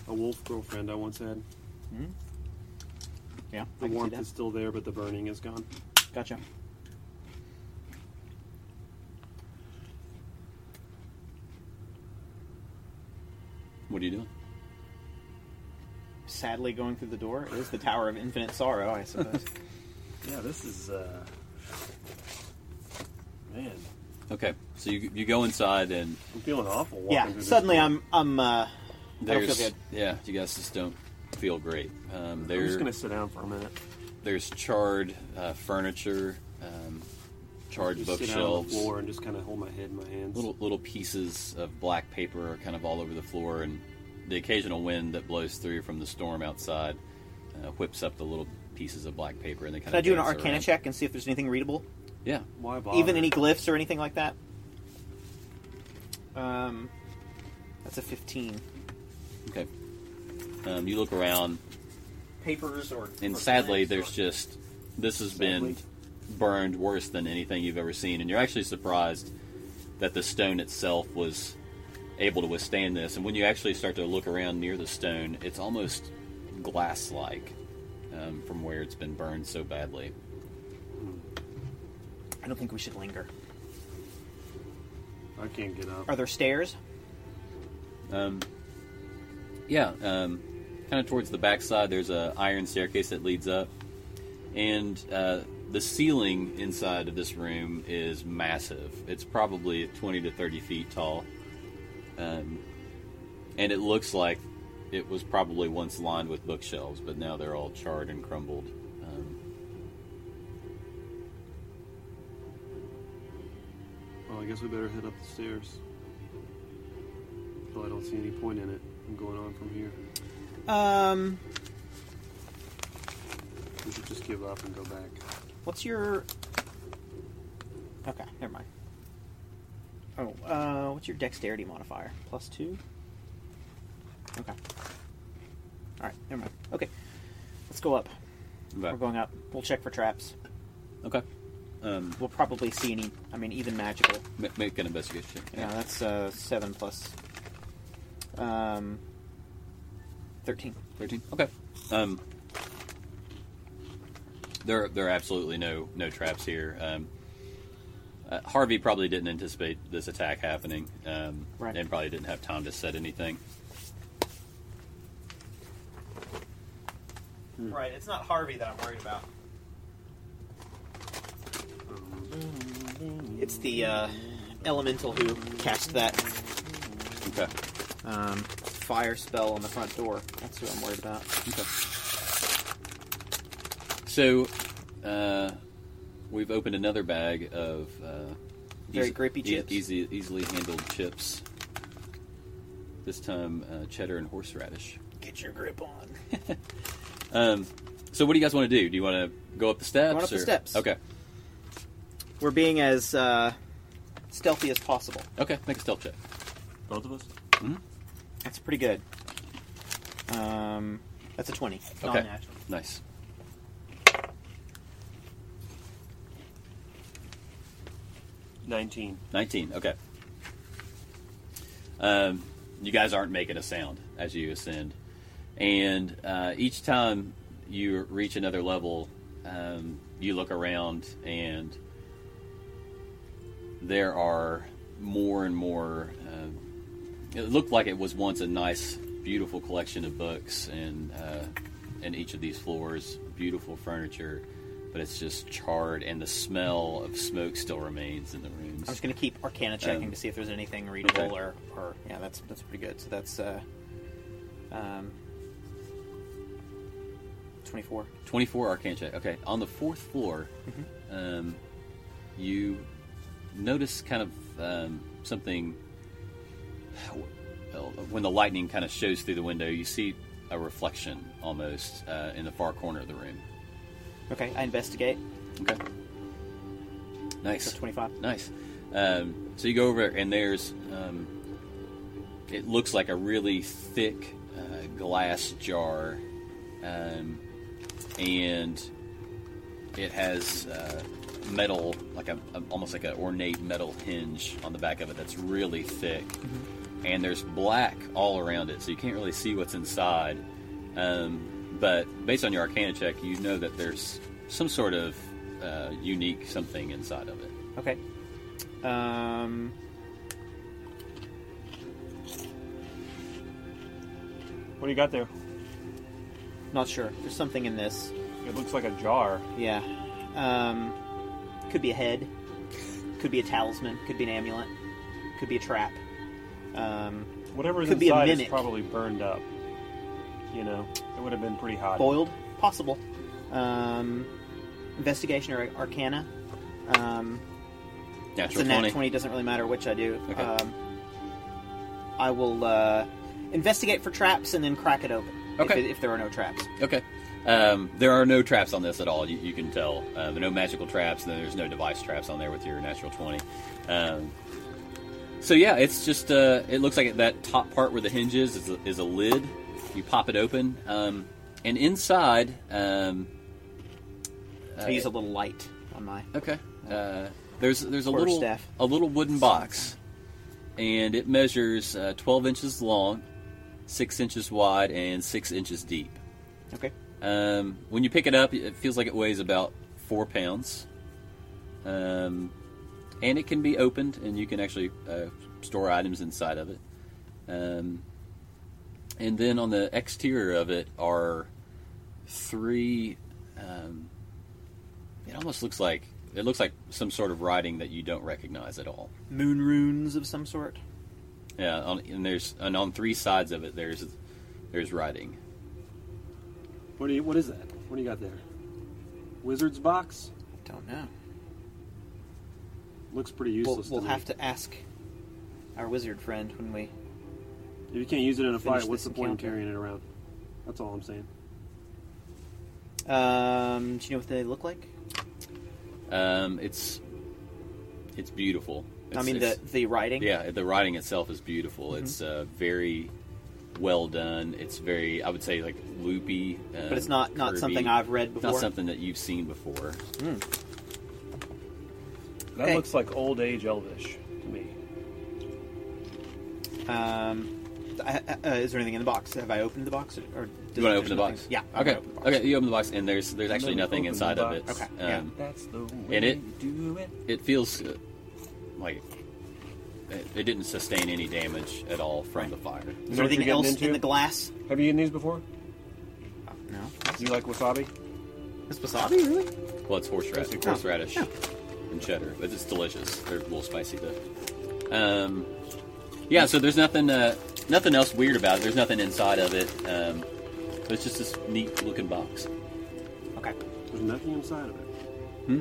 a wolf girlfriend I once had.
Hmm? Yeah,
The
I can see
warmth
that.
is still there, but the burning is gone.
Gotcha.
What are you doing?
Sadly, going through the door is the Tower of Infinite Sorrow, I suppose.
Yeah, this is uh, man,
Okay, so you, you go inside, and
I'm feeling awful. Walking
yeah.
through this
Suddenly,
door.
I'm I'm uh, don't feel
there's
good.
yeah, you guys just don't feel great. Um,
I'm
there,
just gonna sit down for a minute.
there's charred uh, furniture, um, charred
Just sit down on the
bookshelves.
floor and just kind of hold my head in my hands.
Little little pieces of black paper are kind of all over the floor, and the occasional wind that blows through from the storm outside uh, whips up the little pieces of black paper, and they kind
Can I
of
do an
dance
Arcana
around.
check and see if there's anything readable,
Yeah,
Why bother?
even any glyphs or anything like that? Um, that's a 15.
okay. Um, you look around,
Papers or
and
or
sadly,
plans
there's
or-
just this has been
Sadly.
burned worse than anything you've ever seen, and you're actually surprised that the stone itself was able to withstand this. And when you actually start to look around near the stone, it's almost glass-like um, from where it's been burned so badly.
I don't think we should linger.
I can't get up.
Are there stairs?
Um, yeah, um, kind of towards the backside, there's a iron staircase that leads up, and uh, the ceiling inside of this room is massive. It's probably 20 to 30 feet tall, um, and it looks like it was probably once lined with bookshelves, but now they're all charred and crumbled. Um,
Well, I guess we better head up the stairs. Well, I don't see any point in it. I'm going on from here.
Um,
We should just give up and go back.
what's your? Okay, never mind. Oh, uh, what's your dexterity modifier? Plus two. Okay. All right, never mind. Okay, let's go up. We're going up. We'll check for traps.
okay. Um,
We'll probably see any. I mean, even magical.
ma- make an investigation. check.
Yeah, that's uh, seven plus. Um, thirteen.
13 okay um there there are absolutely no no traps here um uh, harvey probably didn't anticipate this attack happening um
Right.
and probably didn't have time to set anything
Right. It's not Harvey that I'm worried about. It's the uh, elemental who cast that Mm-hmm.
okay
um, fire spell on the front door. That's who I'm worried about.
okay so uh we've opened another bag of uh e-,
Very grippy chips.
easy easily handled chips this time uh, cheddar and horseradish
Get your grip on.
Um, so what do you guys want to do? Do you want to go up the steps?
Going up the
or-
steps.
Okay.
We're being as uh, stealthy as possible.
Okay. Make a stealth check.
Both of us?
That's pretty good. Um, that's a twenty. Non-natural.
Nice.
Nineteen.
Nineteen. Okay. Um, you guys aren't making a sound as you ascend, and uh, each time you reach another level, um, you look around and there are more and more. Um, it looked like it was once a nice, beautiful collection of books, and uh, and each of these floors, beautiful furniture, but it's just charred, and the smell of smoke still remains in the rooms.
I'm just gonna keep Arcana checking
Um,
to see if there's anything readable
okay.
or, or yeah, that's that's pretty good. So that's uh, um, twenty-four.
24 arcane check. Okay, on the fourth floor, um, you notice kind of um, something well, when the lightning kind of shows through the window, you see a reflection almost uh, in the far corner of the room.
Okay, I investigate.
Okay. Nice.
So 25.
Nice. Um, so you go over, and there's um, it looks like a really thick uh, glass jar, um, and it has uh, metal, like a, a- almost like an ornate metal hinge on the back of it that's really thick, and there's black all around it, so you can't really see what's inside. Um, but based on your Arcana check, you know that there's some sort of uh, unique something inside of it.
Okay. Um.
What do you got there?
Not sure. There's something in this.
It looks like a jar.
Yeah. Um, could be a head. Could be a talisman. Could be an amulet. Could be a trap. Um,
Whatever's
Could be a
inside is
mimic.
probably burned up. You know, it would have been pretty hot.
boiled, possible. Um, investigation or arcana. Um, it's
Natural
a nat
20.
20. doesn't really matter which I do.
Okay.
Um, I will uh, investigate for traps and then crack it open. if
Okay.
it- if there are no traps.
Okay. Um, there are no traps on this at all. You, you can tell. Uh, there are no magical traps, and there's no device traps on there with your natural twenty. Um, so yeah, it's just. Uh, it looks like that top part where the hinge is is a, is a lid. You pop it open, um, and inside. Um, Uh,
I use a little light on my.
Okay. Uh, there's there's a
Quarter
little
staff.
a little wooden box, and it measures uh, twelve inches long, six inches wide, and six inches deep. uh,
Okay.
Um, when you pick it up, it feels like it weighs about four pounds. Um, and it can be opened, and you can actually uh, store items inside of it. Um, and then on the exterior of it are three. Um, it almost looks like it looks like some sort of writing that you don't recognize at all.
Moon runes of some sort.
Yeah, on, and there's and on three sides of it there's there's writing.
What do you? What is that? What do you got there? Wizard's box
Don't know.
looks pretty
We'll,
useless.
we'll
to
have
me.
to ask our wizard friend when we.
If you can't use it in a
finish
fight, what's
this
the point of
encounter.
carrying it around? That's all I'm saying.
Um, do you know what they look like?
Um, it's it's beautiful. It's,
I mean, the
it's-
the writing.
yeah, the writing itself is beautiful.
Mm-hmm.
It's uh, very well done. It's very, I would say, like loopy. Um,
but it's not not
curvy.
something I've read
It's
before.
Not something that you've seen before.
That
Okay.
looks like old age Elvish to me.
Um, I, I- uh, is there anything in the box? Have I opened the box? Or, or
You want to open the box?
Yeah. I'm
Okay.
gonna open the box.
Okay. You open the box, and there's there's actually
Open
nothing
the
inside of it.
box.
Okay, yeah.
Um,
That's the way
And it-
you do it.
It feels uh, like it, it didn't sustain any damage at all from the fire.
Is
know
there
what
anything
you're
else
getting
in
into?
the glass? Oh,
Have you eaten these before?
No.
Do you like wasabi?
It's wasabi, really?
Well, it's horseradish,
It's
horseradish and cheddar, but it's delicious. They're a little spicy though. Um, yeah, so there's nothing, uh, nothing else weird about it. There's nothing inside of it. Um, but it's just this neat looking box.
Okay.
There's nothing inside of it. Hmm?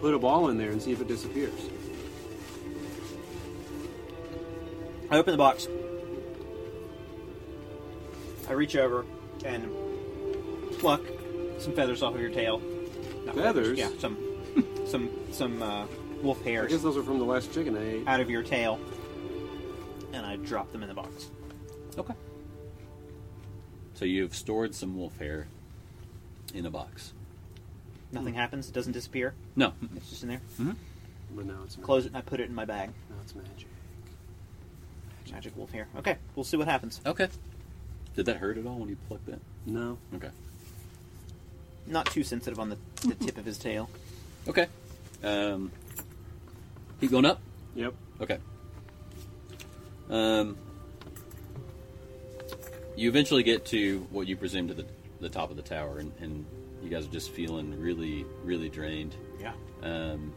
Put a ball in there and see if it disappears.
I open the box. I reach over and pluck some feathers off of your tail. Not
Feathers?
Yeah. Some some some uh, wolf
I guess
hairs
those are from the last chicken I ate.
out of your tail, and I drop them in the box.
Okay. So you've stored some wolf hair in a box.
Nothing happens. It doesn't disappear.
No,
It's just in there.
But now it's
Close it and I put it in my bag.
Now it's magic.
Magic wolf hair. Okay, we'll see what happens.
okay. Did that hurt at all when you plucked that?
No.
Okay.
Not too sensitive on the, the tip of his tail.
Okay. Um, keep going up.
Yep.
Okay. Um, you eventually get to what you presume to the, the top of the tower, and, and you guys are just feeling really, really drained.
Yeah.
Um,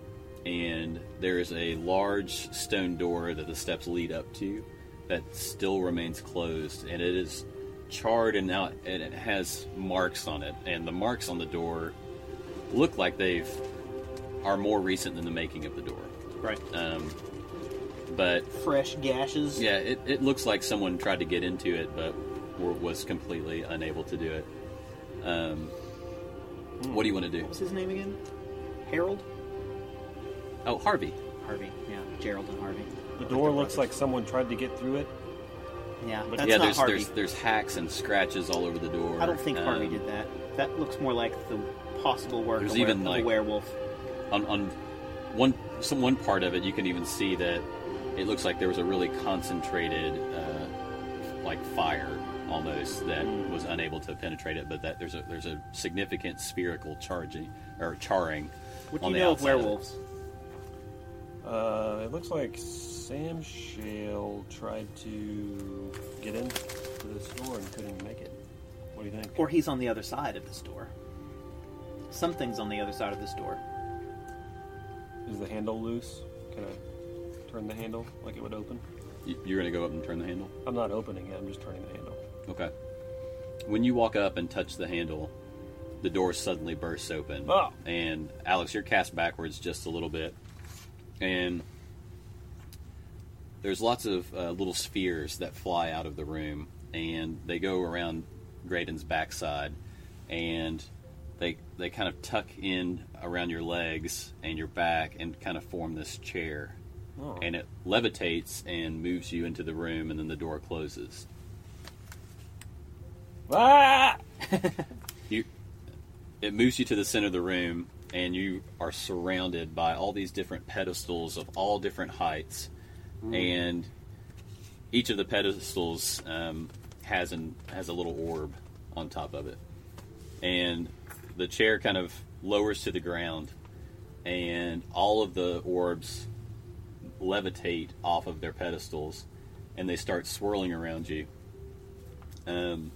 and there is a large stone door that the steps lead up to that still remains closed, and it is charred and now and it has marks on it, and the marks on the door look like they've are more recent than the making of the door
Right.
um, but
fresh gashes.
yeah, it, it looks like someone tried to get into it, but were, was completely unable to do it. Um, What do you want to do?
What's his name again? Harold?
Oh, Harvey.
Harvey. Yeah, Gerald and Harvey.
The door looks like someone tried to get through it.
Yeah,
But
that's
yeah,
not
there's,
Harvey.
there's there's hacks and scratches all over the door.
I don't think Harvey
Um,
did that. That looks more like the possible work
There's
of, were-
even,
of
like-
a werewolf.
on, on one some one part of it you can even see that it looks like there was a really concentrated uh, like fire almost that
Mm.
was unable to penetrate it but that there's a there's a significant spherical charging or charring
What do
on
you
the
know of
outside it.
werewolves?
Uh, it looks like Sam Shale tried to get into this door and couldn't make it. What do you think?
Or he's on the other side of this door. Something's on the other side of this door.
Is the handle loose? Can I turn the handle like it would open?
You- you're gonna go up and turn the handle
I'm not opening it. I'm just turning the handle.
okay when you walk up and touch the handle the door suddenly bursts open
Oh.
and alex you're cast backwards just a little bit and there's lots of uh, little spheres that fly out of the room and they go around Graydon's backside and they they kind of tuck in around your legs and your back and kind of form this chair
Oh.
and it levitates and moves you into the room and then the door closes
Ah!
you it moves you to the center of the room and you are surrounded by all these different pedestals of all different heights and each of the pedestals um, has an has a little orb on top of it and the chair kind of lowers to the ground and all of the orbs levitate off of their pedestals and they start swirling around you um,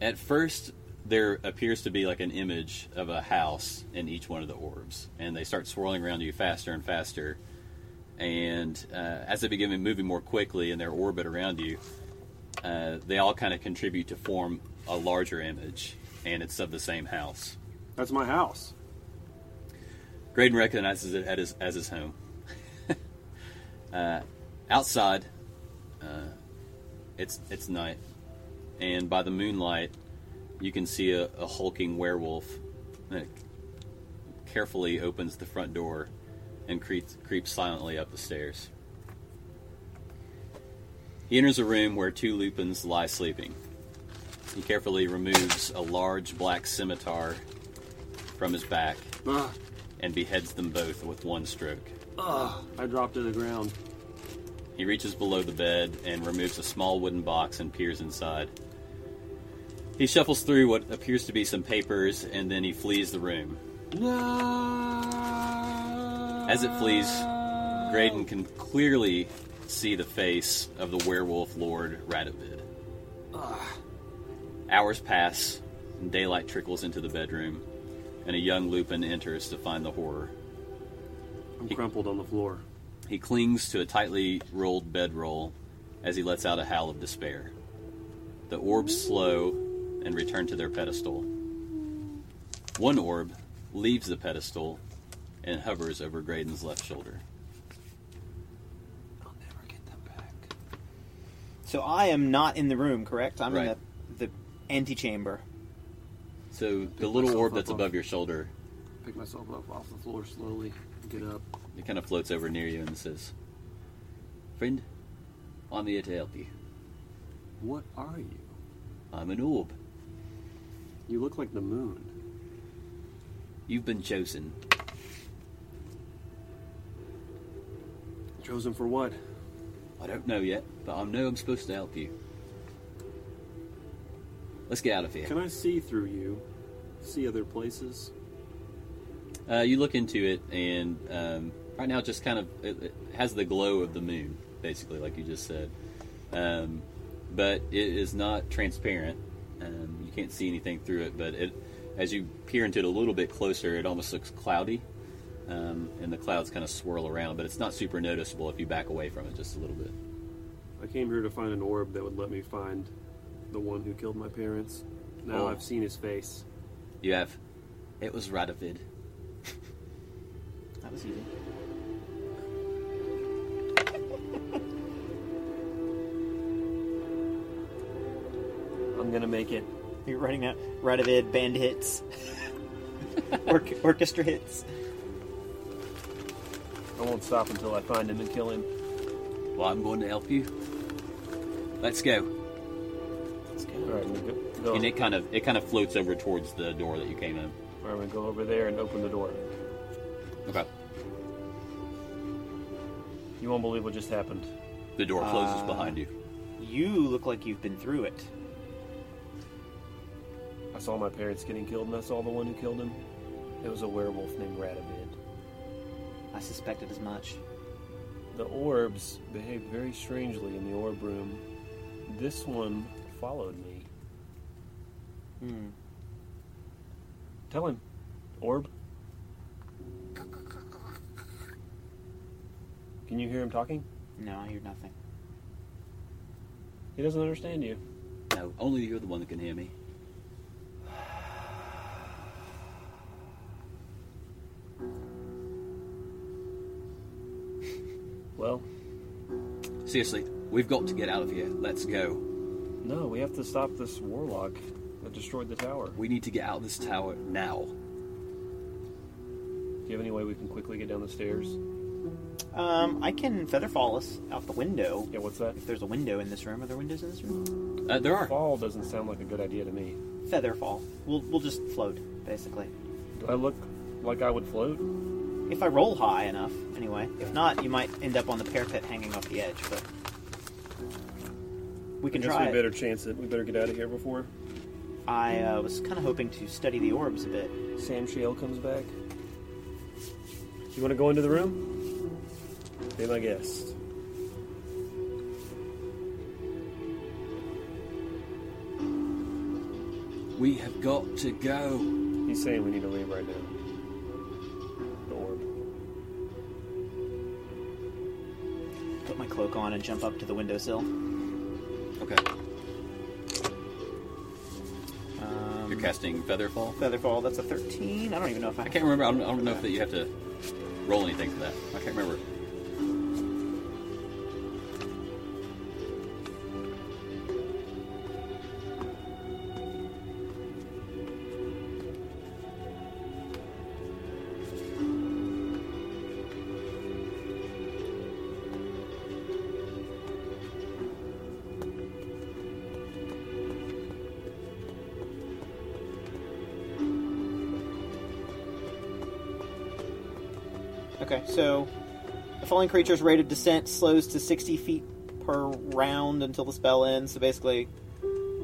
at first there appears to be like an image of a house in each one of the orbs and they start swirling around you faster and faster and uh, as they begin moving more quickly in their orbit around you uh, they all kind of contribute to form a larger image and it's of the same house
That's my house.
Graydon recognizes it at his, as his home. uh, outside, uh, it's it's night, and by the moonlight, you can see a, a hulking werewolf that carefully opens the front door and creeps, creeps silently up the stairs. He enters a room where two lupins lie sleeping. He carefully removes a large black scimitar from his back
Ugh,
and beheads them both with one stroke.
ugh, I dropped to the ground.
He reaches below the bed and removes a small wooden box and peers inside. He shuffles through what appears to be some papers and then he flees the room.
No.
As it flees, Graydon can clearly see the face of the werewolf lord Radovid. Hours pass, and daylight trickles into the bedroom, and a young Lupin enters to find the horror.
I'm crumpled on the floor.
He clings to a tightly rolled bedroll as he lets out a howl of despair. The orbs slow and return to their pedestal. One orb leaves the pedestal and hovers over Graydon's left shoulder.
I'll never get them back.
So I am not in the room, correct? I'm in
Right.
the, the antechamber.
So the little
myself
orb
up
that's
off-
above your shoulder,
Pick myself up off the floor slowly. Get up.
it kind of floats over near you and says, "Friend, I'm here to help you.
What are you?
I'm an orb.
You look like the moon.
You've been chosen
Chosen for what?
I don't know yet, but I know I'm supposed to help you. Let's get out of here.
Can I see through you? See other places?
Uh, you look into it, and um, right now, it just kind of it, it has the glow of the moon, basically, like you just said. Um, but it is not transparent. Um, you can't see anything through it. But it, as you peer into it a little bit closer, it almost looks cloudy, um, and the clouds kind of swirl around. But it's not super noticeable if you back away from it just a little bit.
I came here to find an orb that would let me find the one who killed my parents. Now
Oh.
I've seen his face.
You have. It was Radovid.
That was easy.
I'm gonna make it.
You're writing out right of id band hits, or- orchestra hits.
I won't stop until I find him and kill him.
Well, I'm going to help you. Let's go.
All right, I'm gonna go. go
And it kind of it kind of floats over towards the door that you came in.
all right, I'm gonna go over there and open the door.
Okay.
You won't believe what just happened.
The door closes
Uh,
behind you.
You look like you've been through it.
I saw my parents getting killed, and I saw the one who killed him. It was a werewolf named Radovid.
I suspected as much.
The orbs behaved very strangely in the orb room. This one followed me.
Hmm.
Tell him, orb. Can you hear him talking?
No, I hear nothing.
He doesn't understand you.
No, only you're the one that can hear me.
Well,
Seriously, we've got to get out of here. Let's go.
no, we have to stop this warlock that destroyed the tower.
We need to get out of this tower now.
Do you have any way we can quickly get down the stairs?
Um, I can feather fall us out the window.
Yeah, what's that?
If there's a window in this room, are there windows in this room?
Uh, there are.
Fall doesn't sound like a good idea to me.
Feather fall. We'll we'll just float, basically.
Do I look like I would float?
If I roll high enough, anyway. If not, you might end up on the parapet hanging off the edge. But we can
I guess
try.
we
it.
better chance it. We better get out of here before
I uh, was kind of hoping to study the orbs a bit.
Sam Shale comes back. You want to go into the room? Be my guest.
We have got to go.
He's saying we need to leave right now. The orb.
Put my cloak on and jump up to the windowsill.
Okay.
Um,
You're casting Featherfall.
Feather fall. That's a thirteen. I don't even know if I,
I can't remember. I don't, I don't know if that you have to roll anything for that. I can't remember.
Okay, so the falling creature's rate of descent slows to sixty feet per round until the spell ends. So basically,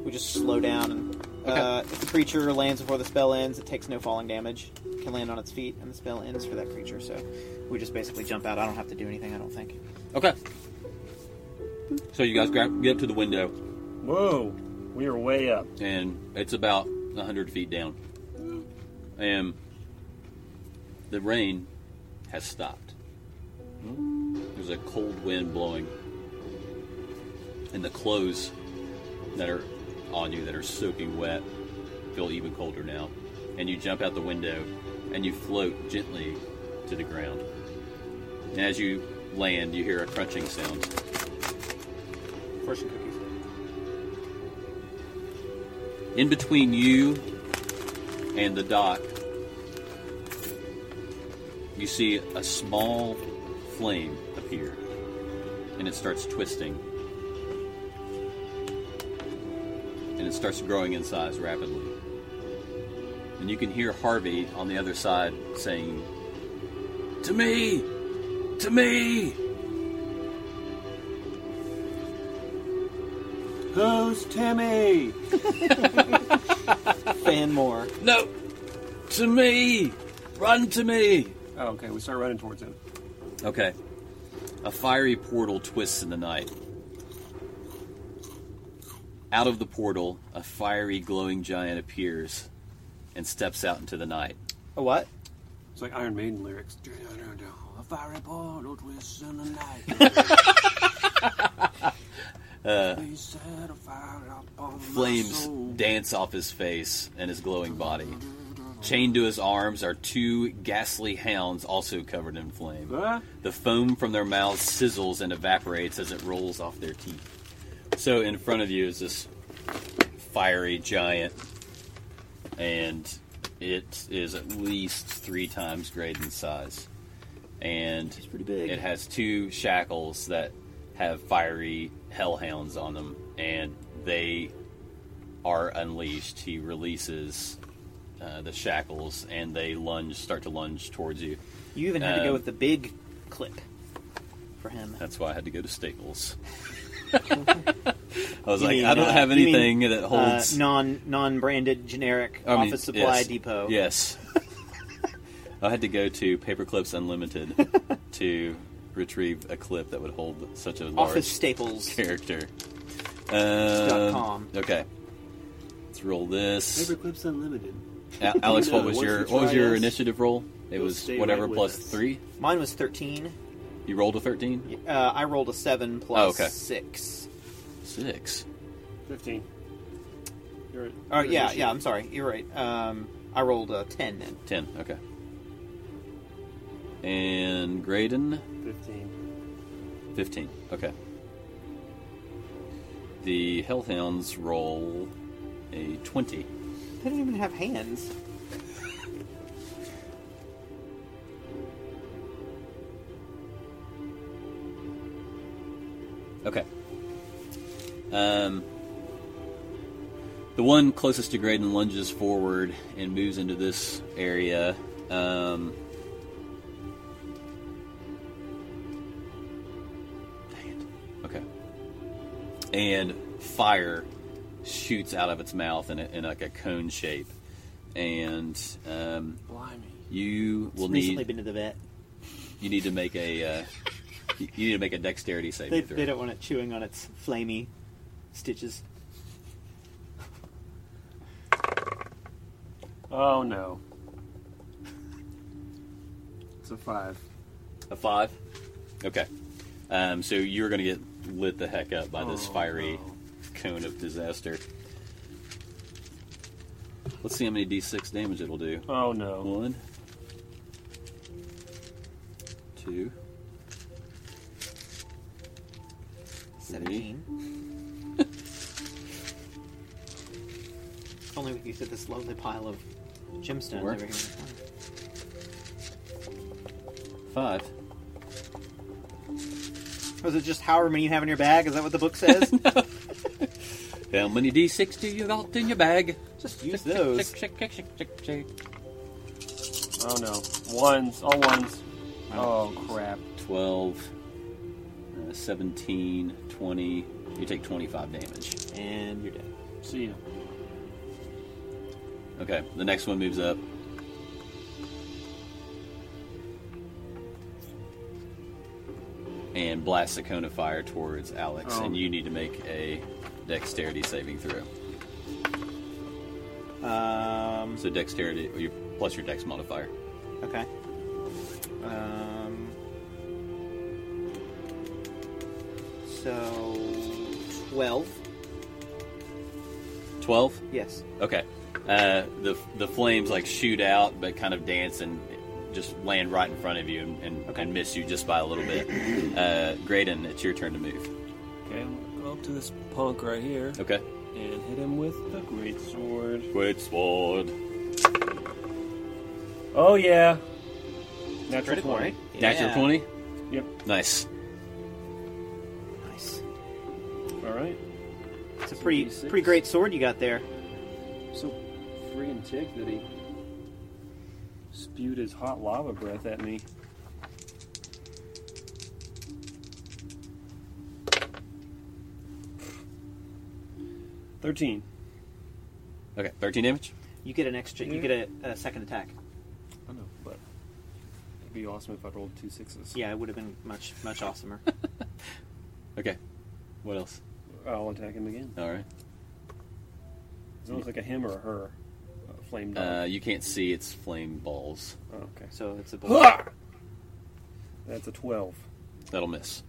we just slow down. And, uh, if the creature lands before the spell ends, it takes no falling damage. It Can land on its feet, and the spell ends for that creature. So we just basically jump out. I don't have to do anything. I don't think.
Okay. So you guys grab, get up to the window,
Whoa! We are way up.
and it's about hundred feet down, and the rain has stopped. There's a cold wind blowing, and the clothes that are on you that are soaking wet feel even colder now. And you jump out the window, and you float gently to the ground. And as you land, you hear a crunching sound.
Fortune cookies.
in between you and the dock, you see a small flame appear and it starts twisting. And it starts growing in size rapidly. And you can hear Harvey on the other side saying, To me! To me!
Who's Timmy?
Fan more.
No! To me! Run to me!
Oh, okay. We start running towards him.
Okay. A fiery portal twists in the night. Out of the portal, a fiery glowing giant appears and steps out into the night.
A what?
It's like Iron Maiden lyrics.
A fiery portal twists in the night. They set a fire upon my
Flames
soul.
dance off his face and his glowing body. Chained to his arms are two ghastly hounds also covered in flame.
Huh?
The foam from their mouths sizzles and evaporates as it rolls off their teeth. So in front of you is this fiery giant, and it is at least three times greater in size. And
It's pretty big.
it has two shackles that have fiery hellhounds on them, and they are unleashed. He releases uh, the shackles, and they lunge, start to lunge towards you.
You even had to go
Um,
with the big clip for him.
That's why I had to go to Staples. I was
You
like,
mean,
I don't
uh,
have
you mean,
anything that holds
Uh, non non branded generic
I mean,
office supply
yes.
depot.
Yes. I had to go to Paperclips Unlimited to retrieve a clip that would hold such a large
Office staples.
character.
dot
Um,
com.
Okay. Let's roll this.
Paperclips Unlimited.
A- Alex, what
No,
was
once
your
you
what was
try
your
this,
initiative roll? It
you'll
was
stay
whatever
right with
plus
us.
three.
Mine was thirteen.
You rolled a thirteen.
Uh, I rolled a seven plus
Oh, okay.
six.
Six.
15. You're at-
Oh
you're at
yeah,
issue.
yeah. I'm sorry. You're right. Um, I rolled a ten then.
Ten. Okay. And Graydon.
15.
15. Okay. The Hellhounds roll a 20.
They don't even have hands.
Okay. Um, the one closest to Graydon lunges forward and moves into this area. Um, dang it. Okay. And fire shoots out of its mouth in, a, in like a cone shape. And um,
Blimey.
you will
It's recently
need
been to the vet.
you need to make a uh, you you need to make a dexterity saving
They,
throw.
they don't want it chewing on its flamey stitches.
Oh no.
It's a 5.
A five. Okay. Um, so you're going to get lit the heck up by this
Oh,
fiery
no.
cone of disaster. Let's see how many d6 damage it'll do.
Oh no.
One, two,
Seventeen. if only we could get this lovely pile of gemstones
Work.
over here.
five.
Or is it just however many you have in your bag? Is that what the book says?
How many d6 do you got in your bag?
Just use those.
Check, check, check, check, check, check.
Oh no. Ones. All ones. Oh crap.
12, uh, 17, 20. You take 25 damage.
And you're dead.
See ya.
Okay, the next one moves up. And blasts a cone of fire towards Alex,
Oh.
and you need to make a dexterity saving throw.
Um,
So dexterity, or your, plus your dex modifier.
okay. Um, so, 12?
12?
Yes.
Okay. Uh, the, the flames like shoot out, but kind of dance and just land right in front of you and, and,
Okay.
and miss you just by a little bit. Uh, Graydon, it's your turn to move.
Okay, I'm gonna go up to this punk right here
Okay.
and hit him with the great sword.
Great sword.
Oh yeah. Natural
Critical,
twenty.
right?
Natural 20?
Yep.
Nice.
Nice.
All right.
It's a pretty,
76.
pretty great sword you got there.
So friggin' ticked that he spewed his hot lava breath at me. Thirteen.
Okay, 13 damage.
You get an extra, you get a, a second attack.
I know, but it'd be awesome if I rolled two sixes.
Yeah, it would have been much, much awesomer.
Okay. What else?
I'll attack him again.
All right.
Does it look like a him or a her? A flame
Uh,
dog.
you can't see its flame balls.
oh, okay.
so it's a boy.
Ah! That's a twelve.
That'll miss.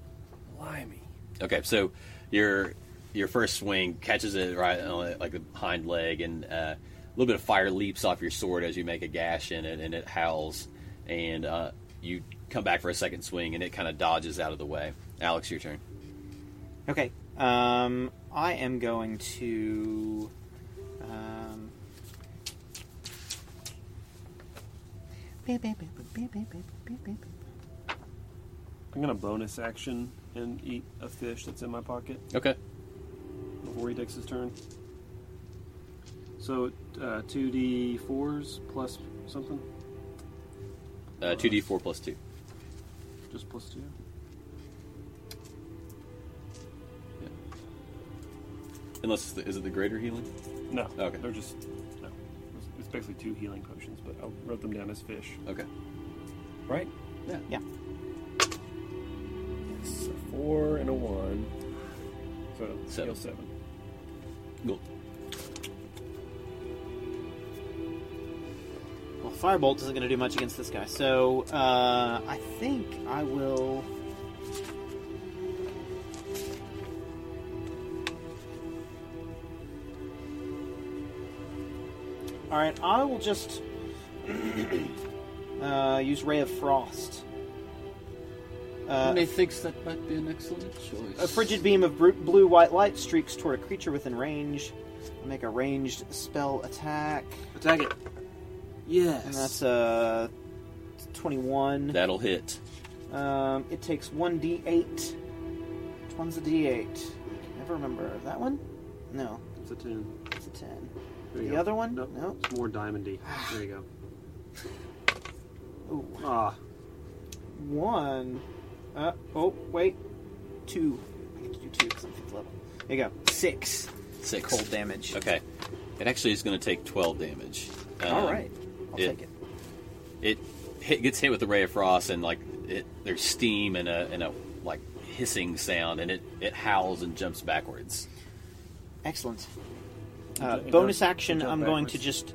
Blimey.
Okay, so your your first swing catches it right on it, like the hind leg, and uh, a little bit of fire leaps off your sword as you make a gash in it, and it howls. And uh, you come back for a second swing, and it kind of dodges out of the way. Alex, your turn.
Okay. Um, I am going to. um,
I'm gonna bonus action and eat a fish that's in my pocket
Okay.
before he takes his turn.
So uh, 2d4s plus something?
Uh, 2d4 plus 2.
Just plus 2?
Unless, it's the, is it the greater healing?
No,
Okay.
they're just no. It's- It's basically two healing potions, but I wrote them down as fish.
Okay.
Right?
Yeah.
Yeah.
It's a four and a one. So
Seven.
heal seven.
Cool.
Well, Firebolt isn't going to do much against this guy, so uh, I think I will. All right, I will just uh, use Ray of Frost. Uh,
thinks that might be an excellent choice.
a frigid beam of bru- blue white light streaks toward a creature within range. I make a ranged spell attack,
Attack it. Yes.
and that's a twenty-one.
That'll hit.
Um, it takes one d8. Which one's a d8? I never remember that one. No,
It's a 10.
it's a ten.
There you
The
go.
other one?
Nope.
Nope.
It's more diamondy. There you
Ooh,
go. Ah,
one. Uh, oh, wait, two. I get to do two because I'm fifth level. There you go. Six
Six.
cold damage.
Okay. It actually is going to take 12 damage. Um,
All right, I'll
it-
take it.
It hit, gets hit with the ray of frost, and like it, there's steam and a and a like hissing sound, and it it howls and jumps backwards.
Excellent.
Jump-
Uh,
jump-
bonus action.
jump
I'm going to
backwards.
just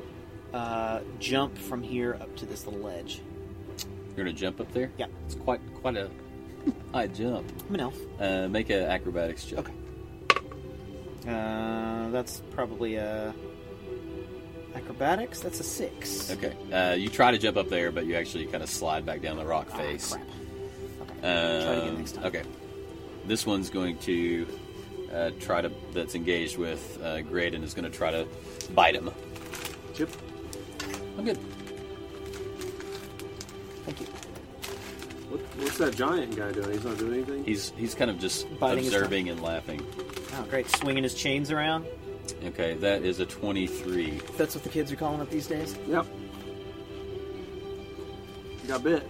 uh, jump from here up to this little ledge.
You're going to jump up there.
Yeah.
It's quite quite a high jump.
I'm an elf.
Uh, make an acrobatics check.
Okay. Uh, that's probably a acrobatics. That's a six.
Okay. Uh, you try to jump up there, but you actually kind of slide back down the rock
Ah,
face.
crap. Okay. Try it
Um,
again next time.
Okay. This one's going to uh, try to. That's engaged with uh, Grid and is going to try to bite him.
chip.
I'm Oh, good.
Thank you.
What, what's that giant guy doing? He's not doing anything?
He's he's kind of just
Biting his
observing and laughing.
Oh, great. Swinging his chains around.
Okay, that is a 23.
That's what the kids are calling it these days.
Yep. Got bit.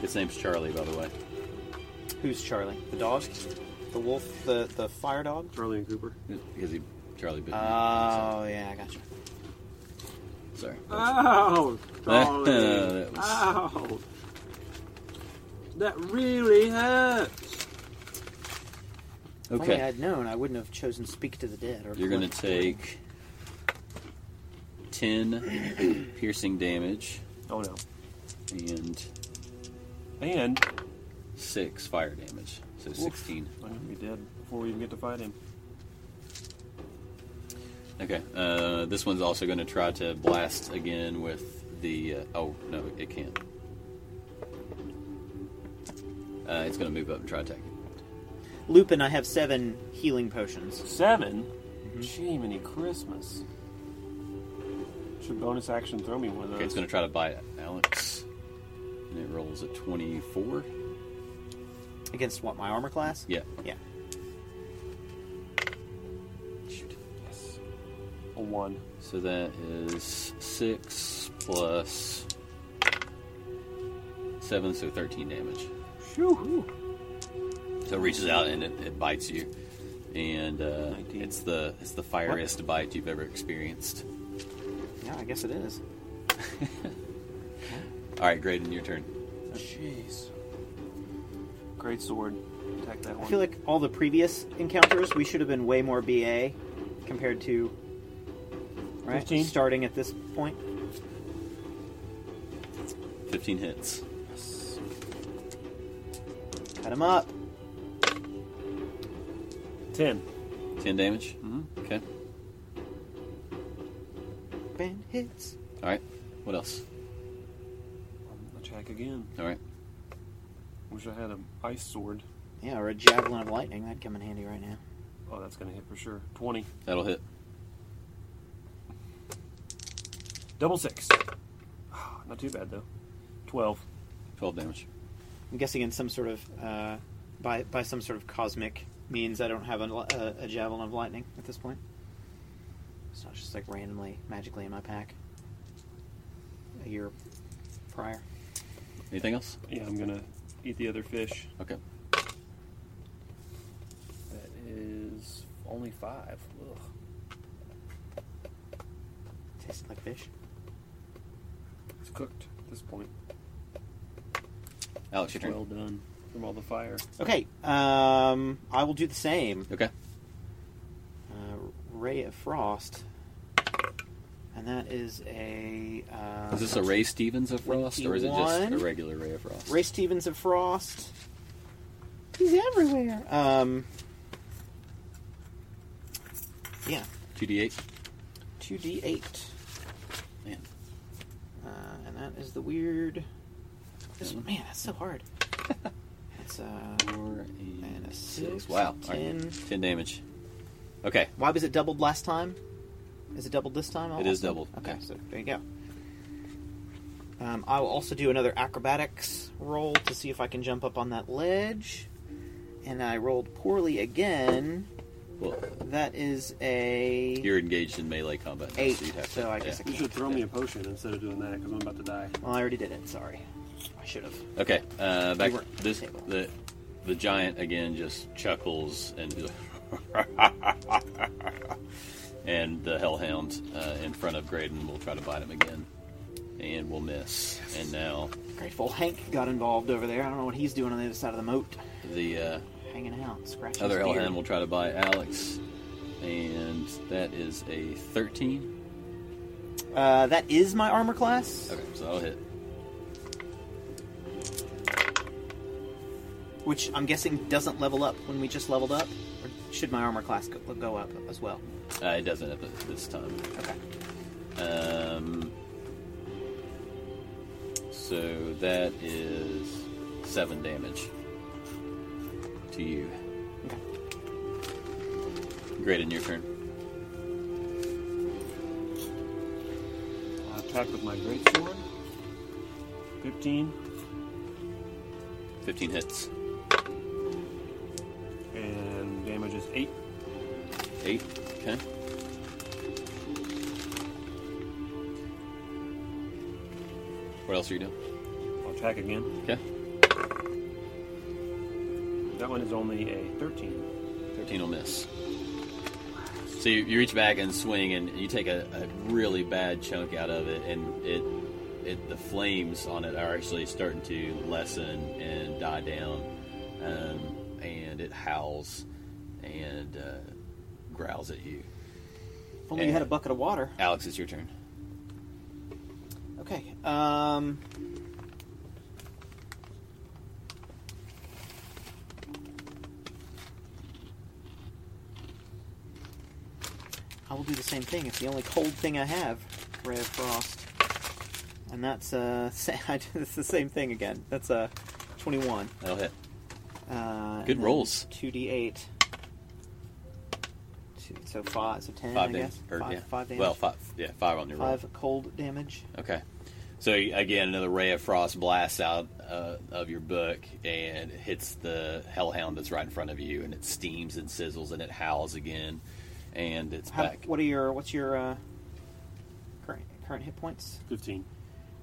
His name's Charlie, by the way.
Who's Charlie? The dog? The wolf? The the fire dog?
Charlie and Cooper.
Because he Charlie bit.
Oh
me.
yeah, I gotcha.
Sorry.
uh,
Ow! Charlie!
That was-
Ow! That really hurts!
If only
Okay,
I'd known, I wouldn't have chosen speak to the dead. Or
you're going
Clint.
to take 10 piercing damage
Oh no.
and
And
6 fire damage. So 16.
I knew we did before we even get to fight him.
Okay, uh, this one's also going to try to blast again with the. Uh, oh, no, it can't. Uh, it's going to move up and try to attack you.
Lupin, I have seven healing potions.
7 Gee, many Christmas. Should bonus action throw me one of those?
Okay, it's going to try to bite Alex. And it rolls a 24.
Against what, my armor class?
Yeah.
Yeah.
Shoot.
Yes. A one.
So that is 6 plus 7, so 13 damage. So it reaches out and it, it bites you. And uh,
19.
it's the it's the fieriest bite you've ever experienced.
Yeah, I guess it is.
All right, Graydon, your turn.
Jeez. Great sword. Attack that one.
I feel like all the previous encounters, we should have been way more BA compared to. Right?
15.
Starting at this point.
15 hits.
Cut him up.
ten.
10 damage. Okay.
Ben hits.
All right. What else?
Attack again.
All right.
Wish I had an ice sword.
Yeah, or a javelin of lightning. That'd come in handy right now.
Oh, that's gonna hit for sure. Twenty.
That'll hit.
Double six. Not too bad though. Twelve.
12 damage.
I'm guessing in some sort of uh, by by some sort of cosmic means. I don't have a, a, a javelin of lightning at this point. It's not just like randomly magically in my pack. A year prior.
Anything else?
Yeah, I'm gonna eat the other fish.
Okay.
That is only five. Ugh.
Tasted like fish.
It's cooked at this point.
Alex, your turn.
Well done from all the fire.
Okay, um, I will do the same.
Okay.
Uh, Ray of Frost, and that is a. Uh,
Is this a Ray Stevens of Frost, or is it just a
21?
regular Ray of Frost?
Ray Stevens of Frost. He's everywhere. Um. Yeah,
2d8?
two d eight,
Man.
uh, and that is the weird. This one, man, that's so hard. That's uh,
Four, eight,
and a
six.
six.
Wow. All right.
Ten.
10 damage. Okay.
Why was it doubled last time? Is it doubled this time?
It is doubled,
Okay,
yeah.
so there you go. Um, I will also do another acrobatics roll to see if I can jump up on that ledge. And I rolled poorly again.
Well,
That is a
you're engaged in melee combat. now,
eight.
So, you'd have to,
So I guess I
yeah.
You should throw me a potion instead of doing that because I'm about to die.
Well, I already did it. Sorry, I should have.
Okay. Uh, back.
You weren't
This,
able.
the, the giant again just chuckles and is and the hellhound uh, in front of Graydon will try to bite him again, and will miss. And now
Grateful Hank got involved over there. I don't know what he's doing on the other side of the moat,
the uh,
hanging out, scratching.
other
his beard.
hellhound will try to bite Alex, and that is a thirteen.
Uh, that is my armor class,
Okay, so that'll hit.
which I'm guessing doesn't level up when we just leveled up. Or should my armor class go, go up as well?
Uh, it doesn't at th- this time.
Okay.
Um, so that is seven damage to you.
Okay.
Great, in your turn.
I attack with my great sword. Fifteen
15 hits.
and damage is eight.
Eight. Okay. What else are you doing?
I'll attack again.
Okay.
That one is only a thirteen.
13 will miss. So you, you reach back and swing, and you take a, a really bad chunk out of it, and it, it the flames on it are actually starting to lessen and die down, um, and it howls and uh, growls at you.
If only you had a bucket of water.
Alex, it's your turn.
Okay. Um. I will do the same thing. It's the only cold thing I have, Ray of Frost, and that's uh, sa- I do- it's the same thing again. That's a uh, twenty-one.
That'll hit.
Uh,
Good rolls.
Two d eight. So five, so ten,
Five
I
damage.
guess.
or,
five,
yeah.
five damage.
Well, five. Yeah, five on your roll.
five cold damage.
Okay. So again, another ray of frost blasts out uh, of your book and it hits the hellhound that's right in front of you, and it steams and sizzles and it howls again, and it's
How,
back.
what are your what's your uh, current current hit points?
Fifteen.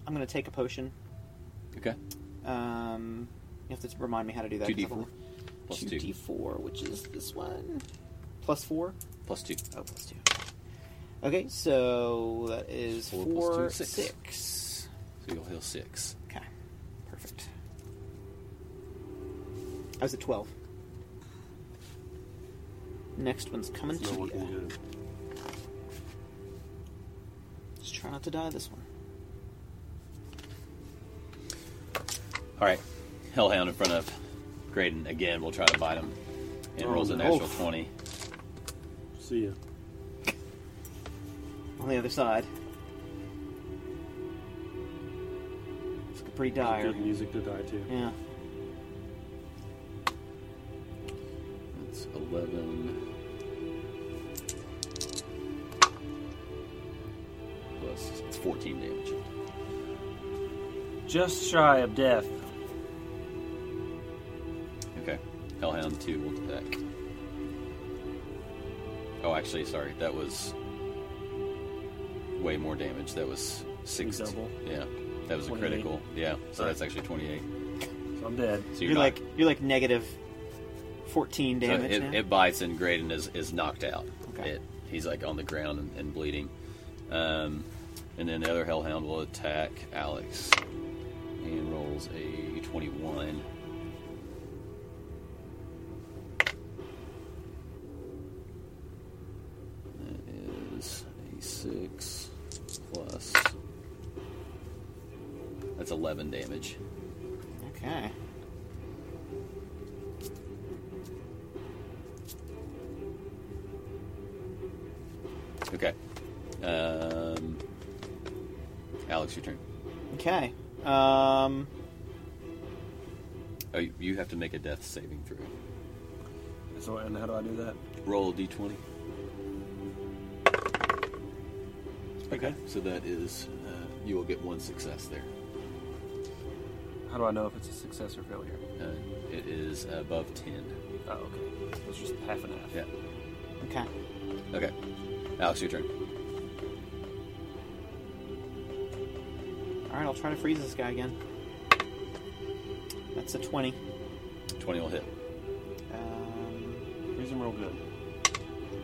I'm gonna take a potion.
Okay.
Um, you have to remind me how to do that. 'cause
2d4.
I've only-
Plus
2d4,
two.
which is this one. Plus four.
Plus two.
Oh, plus two. Okay, so that is
Four
four,
plus two, six.
six.
So you'll heal six.
Okay, perfect. I was at twelve. Next one's coming
It's not
to
looking
you.
good.
Just try not to die this one.
All right. Hellhound in front of Graydon again. We'll try to bite him. And
Oh,
rolls a
no.
natural twenty.
See ya.
On the other side. It's looking pretty dire.
Good music to die to.
Yeah.
That's eleven. Plus missed. It's 14 damage.
Just shy of death.
Okay. Hellhound 2 will attack. Oh, actually, sorry. That was way more damage. That was 6.
double.
Yeah. That was a
28.
critical. Yeah. So
Right.
that's actually 28.
So I'm dead.
So
You're,
not-
like you're like negative fourteen
So
damage
it,
now.
it bites and Graydon is, is knocked out.
Okay.
It, he's like on the ground and, and bleeding. Um, and then the other Hellhound will attack Alex and rolls a 21. That is a 6 plus. That's 11 damage.
Okay.
Okay. Um, Alex, your turn.
Okay. Um,
Oh, you- you have to make a death saving throw.
So and how do I do that?
Roll a d20.
Okay.
So that is, uh, you will get one success there.
How do I know if it's a success or failure?
Uh, it is above 10.
Oh, okay. So it's just half and half.
Yeah.
okay.
Okay. Alex, your turn.
All right, I'll try to freeze this guy again. That's a twenty.
20 will hit.
Um,
Freeze him real good.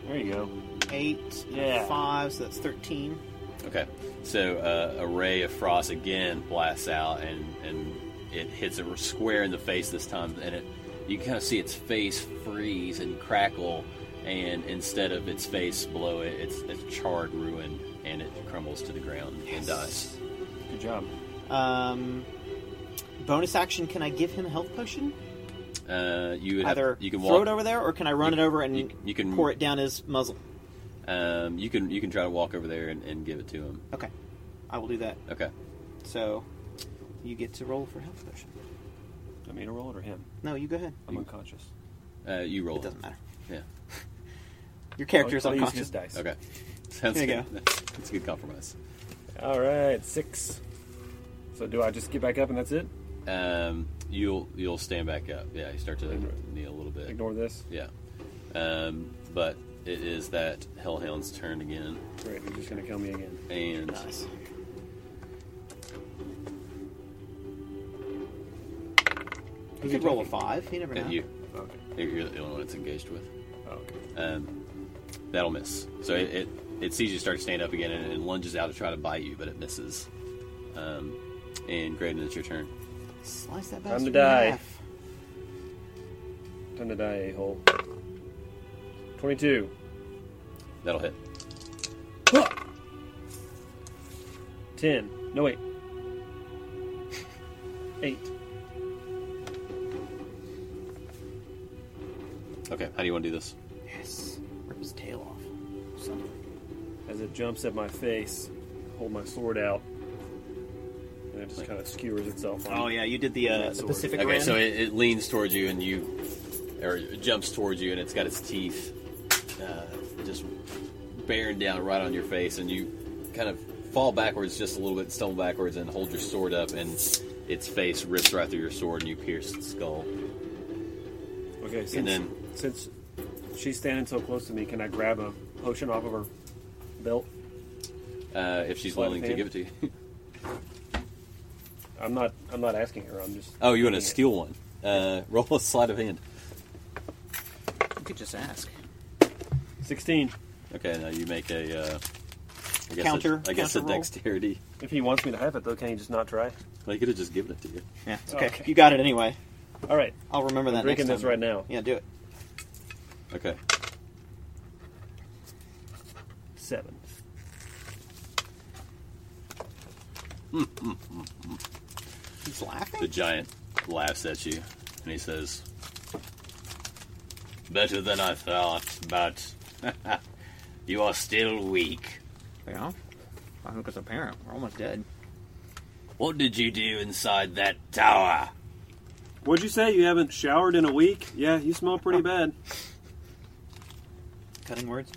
There you go.
eight, and a
Yeah.
five, so that's thirteen.
Okay. So uh, a ray of frost again blasts out, and, and it hits it square in the face this time, and it you can kind of see its face freeze and crackle, and instead of its face below it, it's a charred ruin, and it crumbles to the ground and dies.
Good job.
Um, bonus action: Can I give him a health potion?
Uh, you would have-
Either
you can
throw
walk
it over there, or can I run
you-
it over and
you- you can-
pour it down his muzzle?
Um, you can you can try to walk over there and, and give it to him.
Okay, I will do that.
Okay.
So you get to roll for health potion.
I mean, to roll it or him?
No, you go ahead.
I'm unconscious.
Uh, you roll.
It doesn't matter.
Yeah.
Your character's
I'll, I'll use
unconscious.
his dice.
Okay. Sounds
There you
good. That's a good compromise.
All right, six. So do I just get back up and that's it?
Um, you'll you'll stand back up. Yeah, you start to
Ignore-
kneel a little bit.
Ignore this.
Yeah. Um, but it is that hellhound's turn again,
Great, he's just gonna kill me again.
and
Nice. You could roll a five. You never know.
and you
Okay.
you're the only one it's engaged with.
Oh, okay.
Um, that'll miss. So it, it it sees you start to stand up again and, and lunges out to try to bite you, but it misses. Um, and Graydon, it's your turn.
Slice that
Time to
bastard in
die.
half.
Time to die, a hole. Twenty-two.
That'll hit.
Ten. No wait. Eight.
Okay, how do you want to do this?
Yes. Rip his tail off. Son of a-
As it jumps at my face, hold my sword out, and it just kind of skewers itself. on
Oh
me.
yeah, you did the, uh,
That's
the
the
Pacific
Okay,
Rim.
so it, it leans towards you and you, or it jumps towards you and it's got its teeth uh, just bearing down right on your face and you kind of fall backwards just a little bit, stumble backwards and hold your sword up and its face rips right through your sword and you pierce its skull.
Okay. Since,
then-
since she's standing so close to me, can I grab a potion off of her belt?
Uh, if she's
Sleight of
willing to
hand?
give it to you.
I'm not. I'm not asking her. I'm just.
oh, you want to
taking it.
steal one? Uh, roll a sleight of hand.
you could just ask.
Sixteen.
Okay, now you make a. Uh, I guess
Counter-
A, I guess
counter
a
roll?
dexterity.
If he wants me to have it, though, can he just not try?
Well, you could have just given it to you.
Yeah, it's okay.
Okay.
You got it anyway.
All right.
I'll remember that.
drinking this
next time.
right now.
Yeah, do it.
Okay.
Seven.
He's
The
laughing.
giant laughs at you and he says, Better than I thought, but you are still weak.
Yeah. I think it's apparent. We're almost dead.
What did you do inside that tower?
What'd you say? You haven't showered in a week? Yeah, you smell pretty bad.
Cutting words.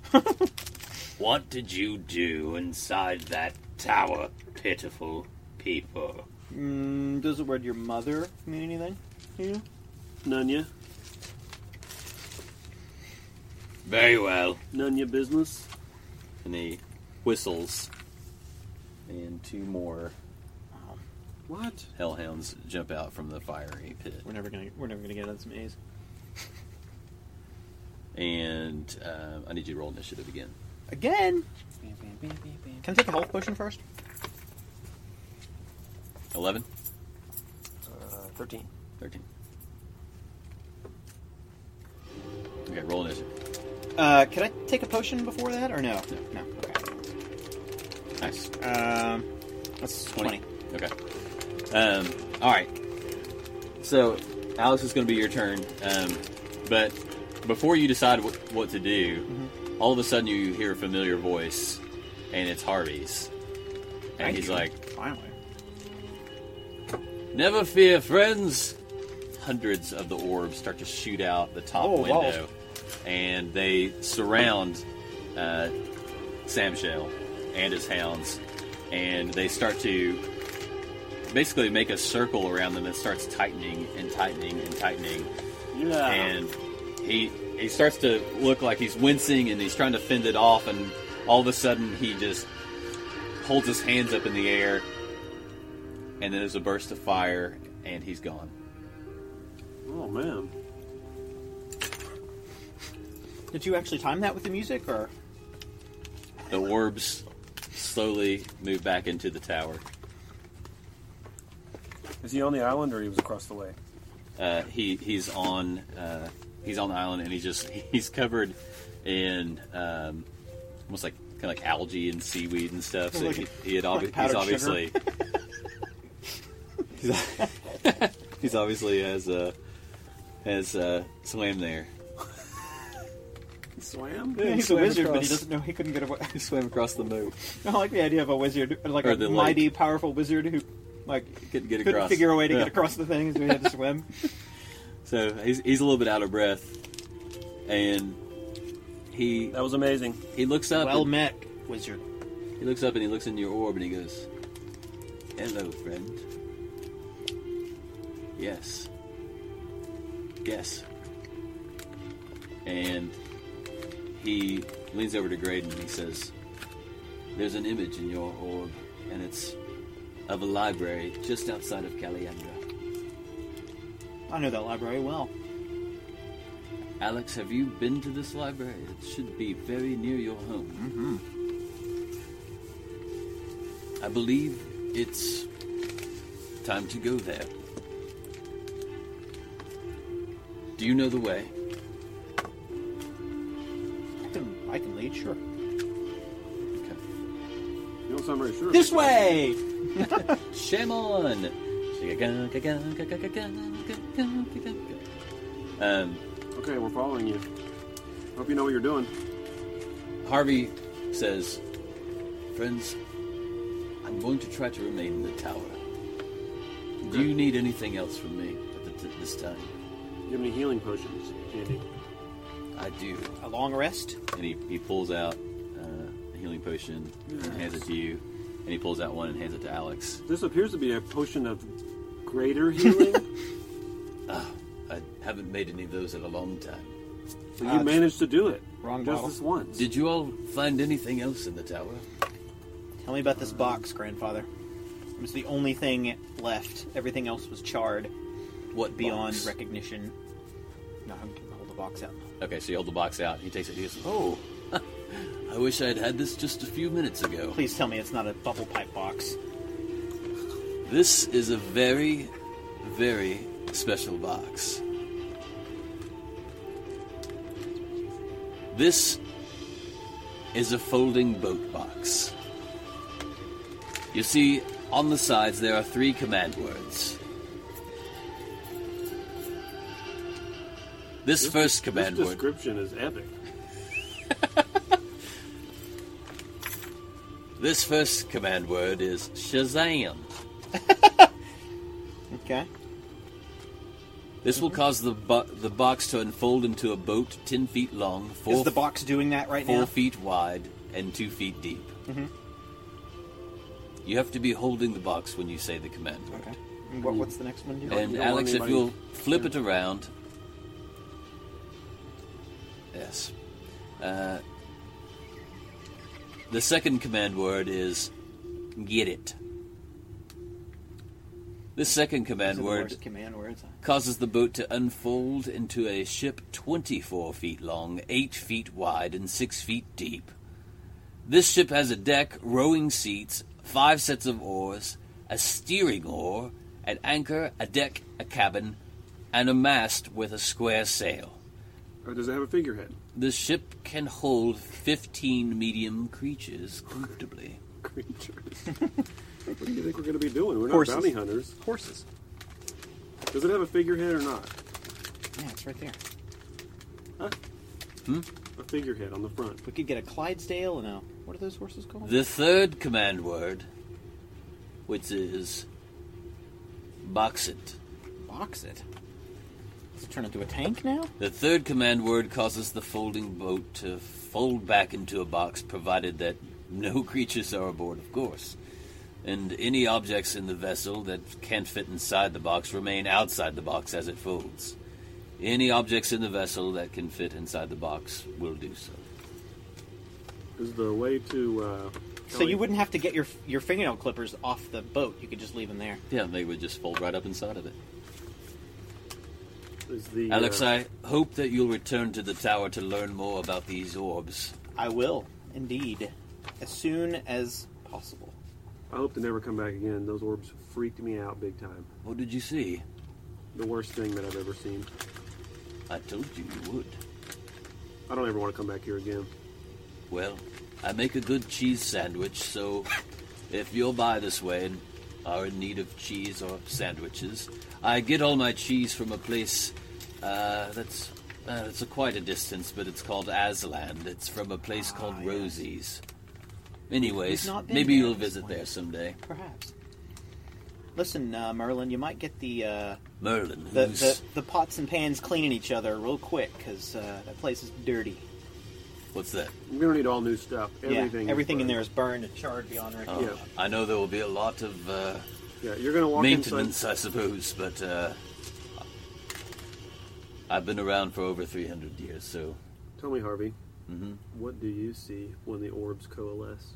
What did you do inside that tower, pitiful people.
Mm, does the word your mother mean anything? to you?
Nunya,
Very well.
Nunya business.
And he whistles, and two more um,
What?
hellhounds jump out from the fiery pit.
We're never gonna we're never gonna get that some A's.
And um, I need you to roll initiative again.
Again. Can I take a health potion first?
11?
Uh, 13.
13. Okay, roll initiative.
Uh, could I take a potion before that or no? No.
Nice.
Okay. Um, that's twenty.
Okay. Um, all right. So, Alex, it's going to be your turn. Um, but before you decide what, what to do,
Mm-hmm.
all of a sudden you hear a familiar voice, and it's Harvey's. And
Thank
he's
you.
like,
Finally.
Never fear, friends. Hundreds of the orbs start to shoot out the top
Oh, wow.
window, and they surround uh, Sam Shell and his hounds, and they start to basically make a circle around them that starts tightening and tightening and tightening,
Yeah.
and he he starts to look like he's wincing and he's trying to fend it off, and all of a sudden he just holds his hands up in the air, and then there's a burst of fire, and he's gone.
oh man.
Did you actually time that with the music or?
The orbs slowly move back into the tower.
Is he on the island or he was across the way?
Uh, he he's on uh, he's on the island, and he's just he's covered in um, almost like kind of like algae and seaweed and stuff. So
Like
he, he had
like
obvi- he's
powdered
obviously he's obviously has uh, has uh, swam there.
Swam?
he's a
swam
wizard, but he
across.
doesn't know he couldn't get away.
He swam across the moat.
I like the idea of a wizard, like
Or
a
the
mighty, powerful wizard who, like,
Couldn't get
couldn't
across.
figure a way to
Yeah.
get across the thing, so he had to swim.
So he's, he's a little bit out of breath, and he
That was amazing.
he looks up. and-
met, wizard.
He looks up and he looks in your orb and he goes, Hello, friend. Yes. Yes. And he leans over to Graydon and he says, There's an image in your orb, and it's of a library just outside of Caliandra.
I know that library well.
Alex, have you been to this library? It should be very near your home. Mm-hmm. I believe it's time to go there. Do you know the way?
I can, I can lead, sure.
Okay.
You don't sound very sure.
This way.
Shimon! Um,
Okay, we're following you. Hope you know what you're doing.
Harvey says, Friends, I'm going to try to remain in the tower. Do you need anything else from me at the, t- this time?
You have any healing potions, Andy?
I do.
A long rest.
And he, he pulls out uh, a healing potion and hands it to you. And he pulls out one and hands it to Alex.
This appears to be a potion of greater healing.
I haven't made any of those in a long time.
so
Ah,
you managed to do it.
wrong
Just
bottle.
this once.
Did you all find anything else in the tower?
Tell me about this box, grandfather. It was the only thing left. Everything else was charred
What
beyond
box?
recognition. No, I'm gonna hold the box out.
Okay, so you hold the box out. He takes it. He goes, "Oh, I wish I'd had this just a few minutes ago."
Please tell me it's not a bubble pipe box.
This is a very, very special box. This is a folding boat box. You see, on the sides there are three command words. This, first command
This
word
description is epic.
this first command word is Shazam.
Okay.
This will cause the bo- the box to unfold into a boat ten feet long,
is
four,
the box doing that right
four
now?
feet wide, and two feet deep. You have to be holding the box when you say the command word.
Okay. And What, what's the next one? Do?
And
Oh, you don't want
Alex, if
anybody-
you'll flip it around. Yes. Uh, the second command word is get it. This second command
Those are the
word
worst command words.
causes the boat to unfold into a ship 24 feet long, 8 feet wide, and 6 feet deep. This ship has a deck, rowing seats, 5 sets of oars, a steering oar, an anchor, a deck, a cabin, and a mast with a square sail.
Or does it have a figurehead?
The ship can hold 15 medium creatures comfortably.
Creatures. what do you think we're going to be doing? We're not
Horses.
bounty hunters. Horses. Does it have a figurehead or not?
Yeah, it's right there.
A figurehead on the front.
We could get a Clydesdale and a what are those horses called?
The third command word, which is box it.
Box it. Does it turn into a tank now?
The third command word causes the folding boat to fold back into a box, provided that no creatures are aboard, of course. And any objects in the vessel that can't fit inside the box remain outside the box as it folds. Any objects in the vessel that can fit inside the box will do so.
Is the way to. Uh,
So
Kelly-
you wouldn't have to get your your fingernail clippers off the boat. You could just leave them there.
Yeah, they would just fold right up inside of it.
Is the,
Alex,
uh,
I hope that you'll return to the tower to learn more about these orbs.
I will indeed, as soon as possible.
I hope to never come back again. Those orbs freaked me out big time.
What did you see?
The worst thing that I've ever seen.
I told you you would.
I don't ever want to come back here again.
Well, I make a good cheese sandwich, so if you're by this way and are in need of cheese or sandwiches, I get all my cheese from a place uh, that's uh, it's a quite a distance, but it's called Asland. It's from a place called Rosie's. Anyways,
Ah, not been
maybe
there
you'll
at this
visit
point.
there someday.
Perhaps. Listen, uh, Merlin, you might get the, uh,
Merlin,
the,
who's
the the pots and pans cleaning each other real quick because uh, that place is dirty.
what's that?
We're going to need all new stuff. Everything.
yeah, everything in there
burned.
is burned and charred beyond recognition.
Yeah.
Oh, I know there will be a lot of uh,
Yeah, you're going to walk
maintenance,
inside.
I suppose, but uh, I've been around for over 300 years, so
Tell me, Harvey,
Mm-hmm.
what do you see when the orbs coalesce?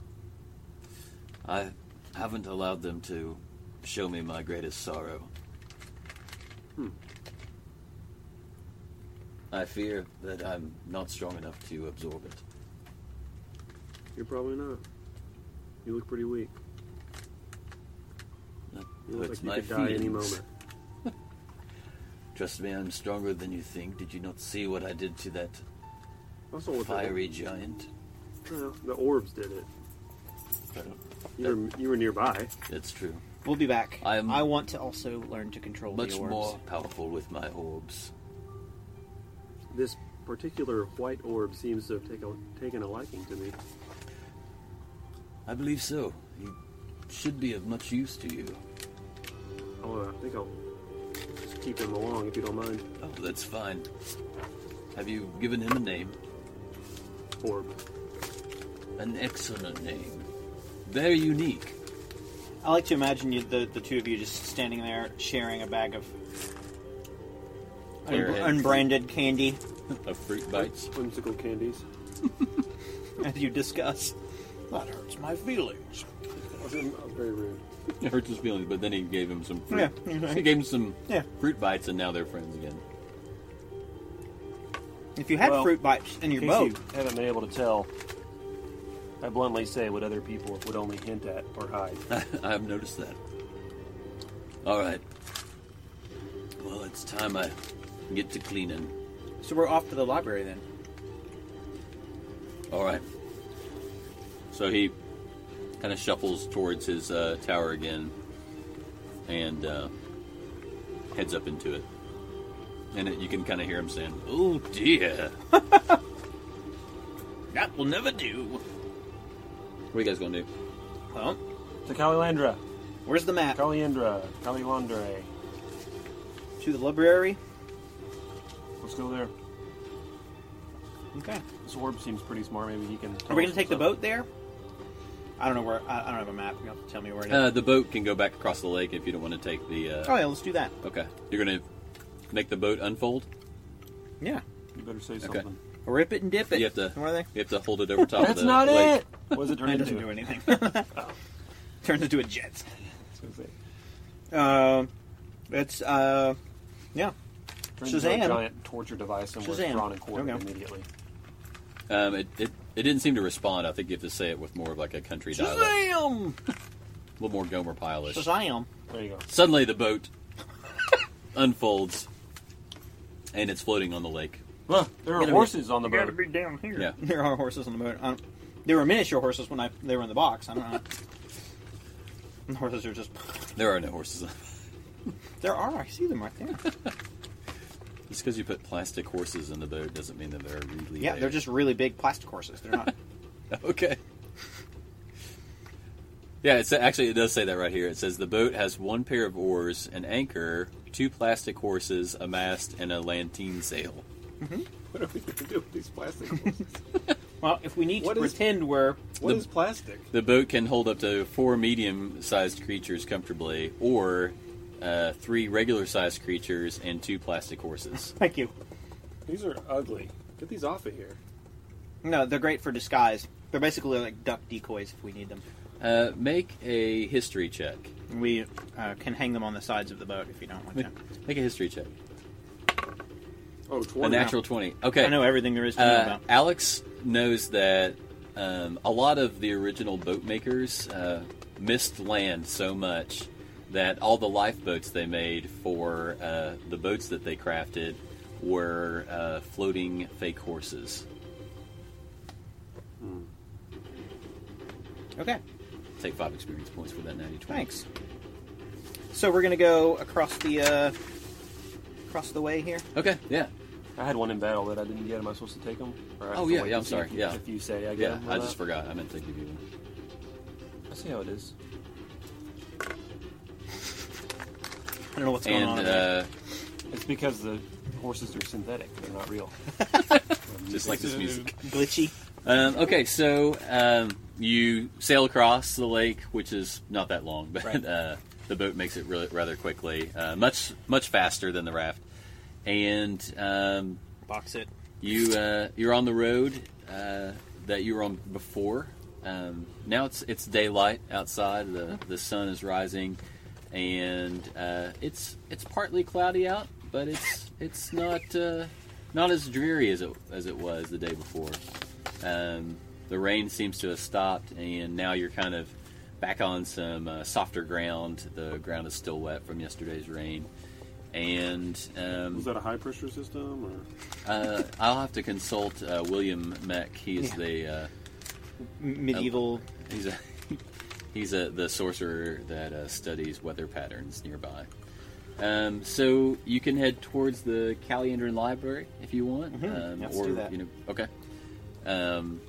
I haven't allowed them to show me my greatest sorrow. Hmm. I fear that I'm not strong enough to absorb it.
You're probably not. You look pretty weak.
That
You look
hurts my
like you could die any
feelings.
moment.
Trust me, I'm stronger than you think. Did you not see what I did to that
Also,
Oh,
with
fiery giant?
The, well, the orbs did it.
Well,
You were, you were nearby.
That's true.
We'll be back.
I'm
I want to also learn to control
Much
the orbs.
more powerful with my orbs.
This particular white orb seems to have take a, taken a liking to me.
I believe so. He should be of much use to you.
I'll, uh, I think I'll just keep him along if you don't mind.
Oh, that's fine. Have you given him a name?
Orb.
An excellent name. Very unique.
I like to imagine you, the the two of you just standing there sharing a bag of un-
Clear head.
unbranded candy
Of fruit bites.
Whimsical candies.
as you discuss.
That hurts my feelings.
very rude.
It hurts his feelings, but then he gave him some fruit.
Yeah, mhm.
He gave him some
Yeah.
fruit bites, and now they're friends again.
If you had
Well,
fruit bites in your
In case
boat,
you haven't been able to tell, I bluntly say what other people would only hint at or hide.
I've noticed that. All right. Well, it's time I get to cleaning.
so we're off to the library then.
All right. So he kind of shuffles towards his uh, tower again and uh, heads up into it. And it, you can kind of hear him saying, "Oh dear, that will never do." What are you guys gonna do?
Well,
To Kalilandra,
where's the map?
Kaliandra, Kalilandre.
To the library.
Let's go there.
Okay.
This orb seems pretty smart. Maybe he can.
Are we gonna take the boat there? I don't know where. I, I don't have a map. You have to tell me where it is.
Uh, the boat can go back across the lake if you don't want to take the.
oh
Uh,
yeah, let's do that.
Okay, you're gonna make the boat unfold.
Yeah,
You better say something.
rip it and dip it.
You have to.
Where are they?
You have to hold it over top. of
That's
the
not
lake.
it.
What does it turn
It
into?
doesn't do anything. Turns into a jet.
It's gonna say-
Um, it's uh, yeah.
turns into a
Shazam.
giant torture device and we're
Shazam.
drawn and
There
quartered
we go.
immediately.
Um, it, it it didn't seem to respond. I think you have to say it with more of like a country dialect,
Shazam!
a little more Gomer Pyle-ish.
Shazam!
There you go.
Suddenly, the boat unfolds, and it's floating on the lake.
Look, there are
Gotta be-
horses on the
gotta
boat.
be down here.
Yeah.
There are horses on the boat. I don't, they were miniature horses when I they were in the box. I don't know. And the horses are just.
There are no horses.
There are. I see them right there.
Just because you put plastic horses in the boat doesn't mean that they're really.
Yeah,
there.
they're just really big plastic horses. They're not.
Okay. Yeah, it's actually it does say that right here. It says the boat has one pair of oars, an anchor, two plastic horses, a mast, and a lanteen sail.
What are we going to do with these plastic horses?
well, if we need
What
to
is-
pretend we're
What
The-
is plastic?
The boat can hold up to four medium-sized creatures comfortably, or uh, three regular-sized creatures and two plastic horses.
Thank you.
These are ugly. Get these off of here.
No, they're great for disguise. They're basically like duck decoys if we need them.
Uh, make a history check.
We uh, can hang them on the sides of the boat if you don't want
Make,
to.
make a history check.
Oh,
A
20.
natural twenty. Okay.
I know everything there is to know
Uh,
about.
Alex knows that um, a lot of the original boat makers uh, missed land so much that all the lifeboats they made for uh, the boats that they crafted were uh, floating fake horses.
Okay,
Take five experience points for that 90 20.
thanks. So we're gonna go across the uh, across the way here.
Okay, yeah.
I had one in battle that I didn't get. Am I supposed to take them? Or I have
Oh,
to
yeah,
wait
yeah,
to
I'm
see
sorry,
If you,
yeah.
If you say I get
Yeah,
them or
I just
not?
forgot. I meant to give you one.
I see how it is.
I don't know what's going on.
And
over there.
uh,
It's because the horses are synthetic. They're not real.
just like this music.
Glitchy.
Um, okay, so um, you sail across the lake, which is not that long, but
Right.
uh, the boat makes it really, rather quickly, uh, much much faster than the raft. And um,
Box it.
you uh, you're on the road uh, that you were on before. Um, now it's it's daylight outside. the The sun is rising, and uh, it's it's partly cloudy out, but it's it's not uh, not as dreary as it as it was the day before. Um, the rain seems to have stopped, and now you're kind of back on some uh, softer ground. The ground is still wet from yesterday's rain, and um,
Is that a high pressure system? Or
uh, I'll have to consult uh, William Meck. He's
Yeah.
the uh,
M- medieval.
he's a he's a the sorcerer that uh, studies weather patterns nearby. Um, so you can head towards the Caledon Library if you want, um,
Mm-hmm. Let's
or
do that.
you know, okay. Um,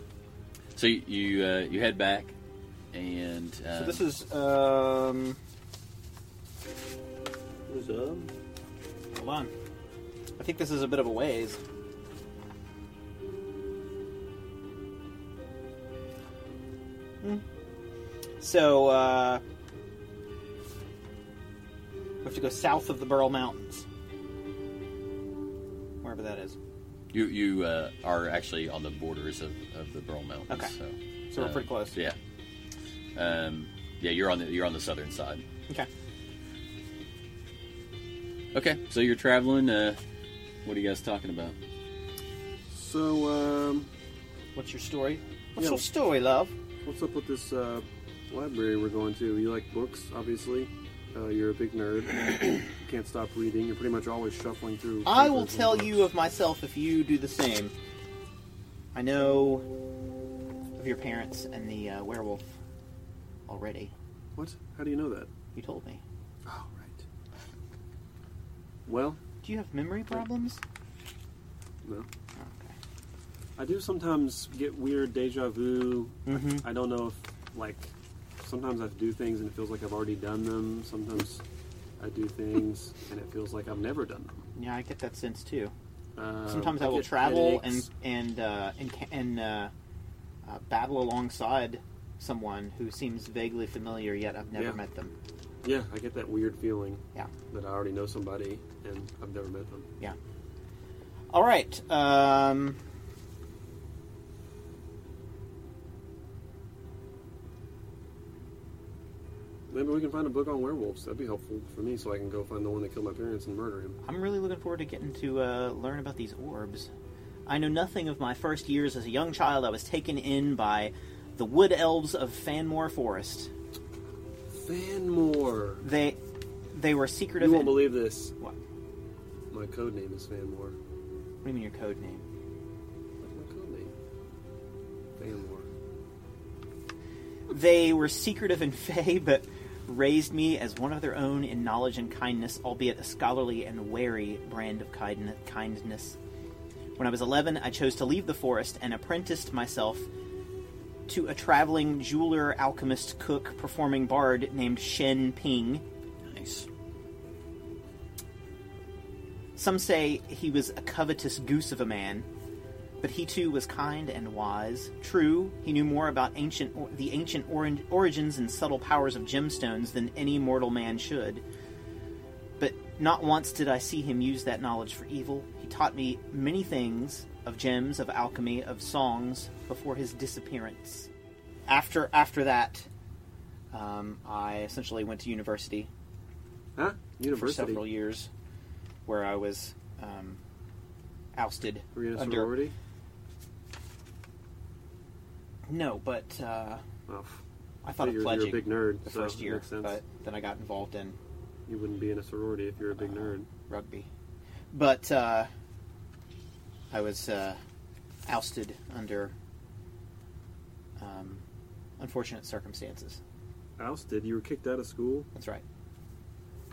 so you you, uh, you head back, and um,
so this is um.
is um,
Hold on. I think this is a bit of a ways. Hmm. So, uh. We have to go south of the Burl Mountains. Wherever that is.
you you uh, are actually on the borders of, of the Burl Mountains.
Okay.
So,
So we're
um,
pretty close.
Yeah. Um, yeah, you're on the you're on the southern side.
Okay.
Okay, so you're traveling. Uh, what are you guys talking about?
so um,
What's your story? What's
Yeah.
your story, love?
what's up with this uh, library we're going to? You like books, obviously. Uh, you're a big nerd. you can't stop reading. You're pretty much always shuffling through.
I will
papers and
tell
books.
you of myself if you do the same. I know of your parents and the uh, werewolf already.
What? How do you know that?
You told me.
Oh, right. Well,
Do you have memory problems? Oh,
no.
okay.
I do sometimes get weird deja vu.
Mm-hmm.
I don't know if, like, sometimes I do things and it feels like I've already done them. Sometimes I do things and it feels like I've never done them.
Yeah, I get that sense too.
Um,
Sometimes I will
get
travel
headaches.
and and uh, and, ca- and uh, uh, battle alongside someone who seems vaguely familiar, yet I've never
Yeah.
met them.
Yeah, I get that weird feeling
Yeah.
that I already know somebody and I've never met them.
All right. Um,
Maybe we can find a book on werewolves. That'd be helpful for me, so I can go find the one that killed my parents and murder him.
I'm really looking forward to getting to uh, learn about these orbs. I know nothing of my first years as a young child. I was taken in by the wood elves of Fanmore Forest.
Fanmore.
They they were secretive.
You won't
and-
believe this.
What?
My code name is Fanmore.
What do you mean your code name?
That's my code name. Fanmore.
They were secretive and fey, but raised me as one of their own in knowledge and kindness, albeit a scholarly and wary brand of kind- kindness. When I was 11, I chose to leave the forest and apprenticed myself to a traveling jeweler, alchemist, cook, performing bard named Shen Ping.
Nice.
Some say he was a covetous goose of a man, but he too was kind and wise. True, he knew more about ancient or, the ancient orin- origins and subtle powers of gemstones than any mortal man should. But not once did I see him use that knowledge for evil. He taught me many things of gems, of alchemy, of songs before his disappearance. After after that, um, I essentially went to university
Huh?
for
University.
several years, where I was um, ousted
Were you in a
under.
sorority?
No, but uh,
Oh,
I thought of
figures
pledging
you're a big nerd.
the
so
first
it
year,
makes sense.
but then I got involved in
you wouldn't be in a sorority if you're a big nerd.
rugby. But uh, I was uh, ousted under um, unfortunate circumstances.
Ousted? You were kicked out of school?
That's right.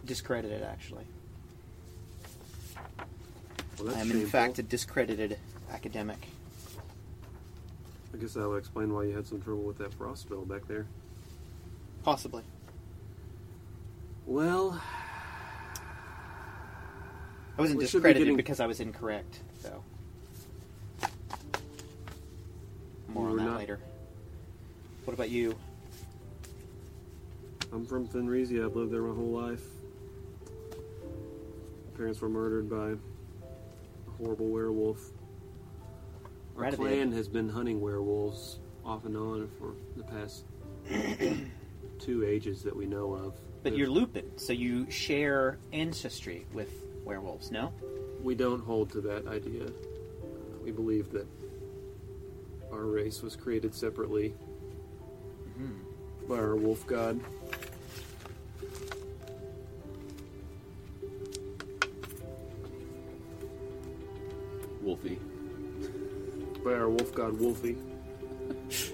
Discredited, actually.
Well, that's
I am,
shameful.
in fact, a discredited academic.
I guess that would explain why you had some trouble with that frost spell back there.
Possibly.
Well,
I wasn't
We should be
discredited
getting-
because I was incorrect, though. More
We
on
were
that
not-
later. What about you?
I'm from Finresia. I've lived there my whole life. My parents were murdered by a horrible werewolf. Our
Right a bit.
clan has been hunting werewolves off and on for the past two ages that we know of.
But you're Lupin, so you share ancestry with werewolves, no?
We don't hold to that idea. Uh, we believe that our race was created separately by our wolf god.
Wolfie.
By our wolf god Wolfie. He-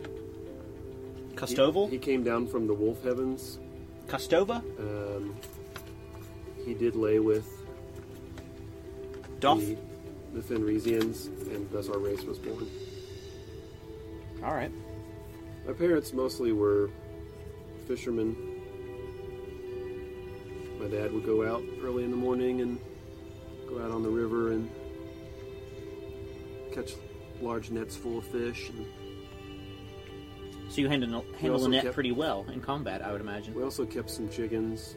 Custoval?
He came down from the wolf heavens.
Custova?
Um, he did lay with
Doth?
the, the Fenrisians, and thus our race was born.
Alright.
My parents mostly were fishermen. My dad would go out early in the morning and go out on the river and catch large nets full of fish. And
So you handle, handle
also
the net
kept-
pretty well in combat, I would imagine.
we also kept some chickens.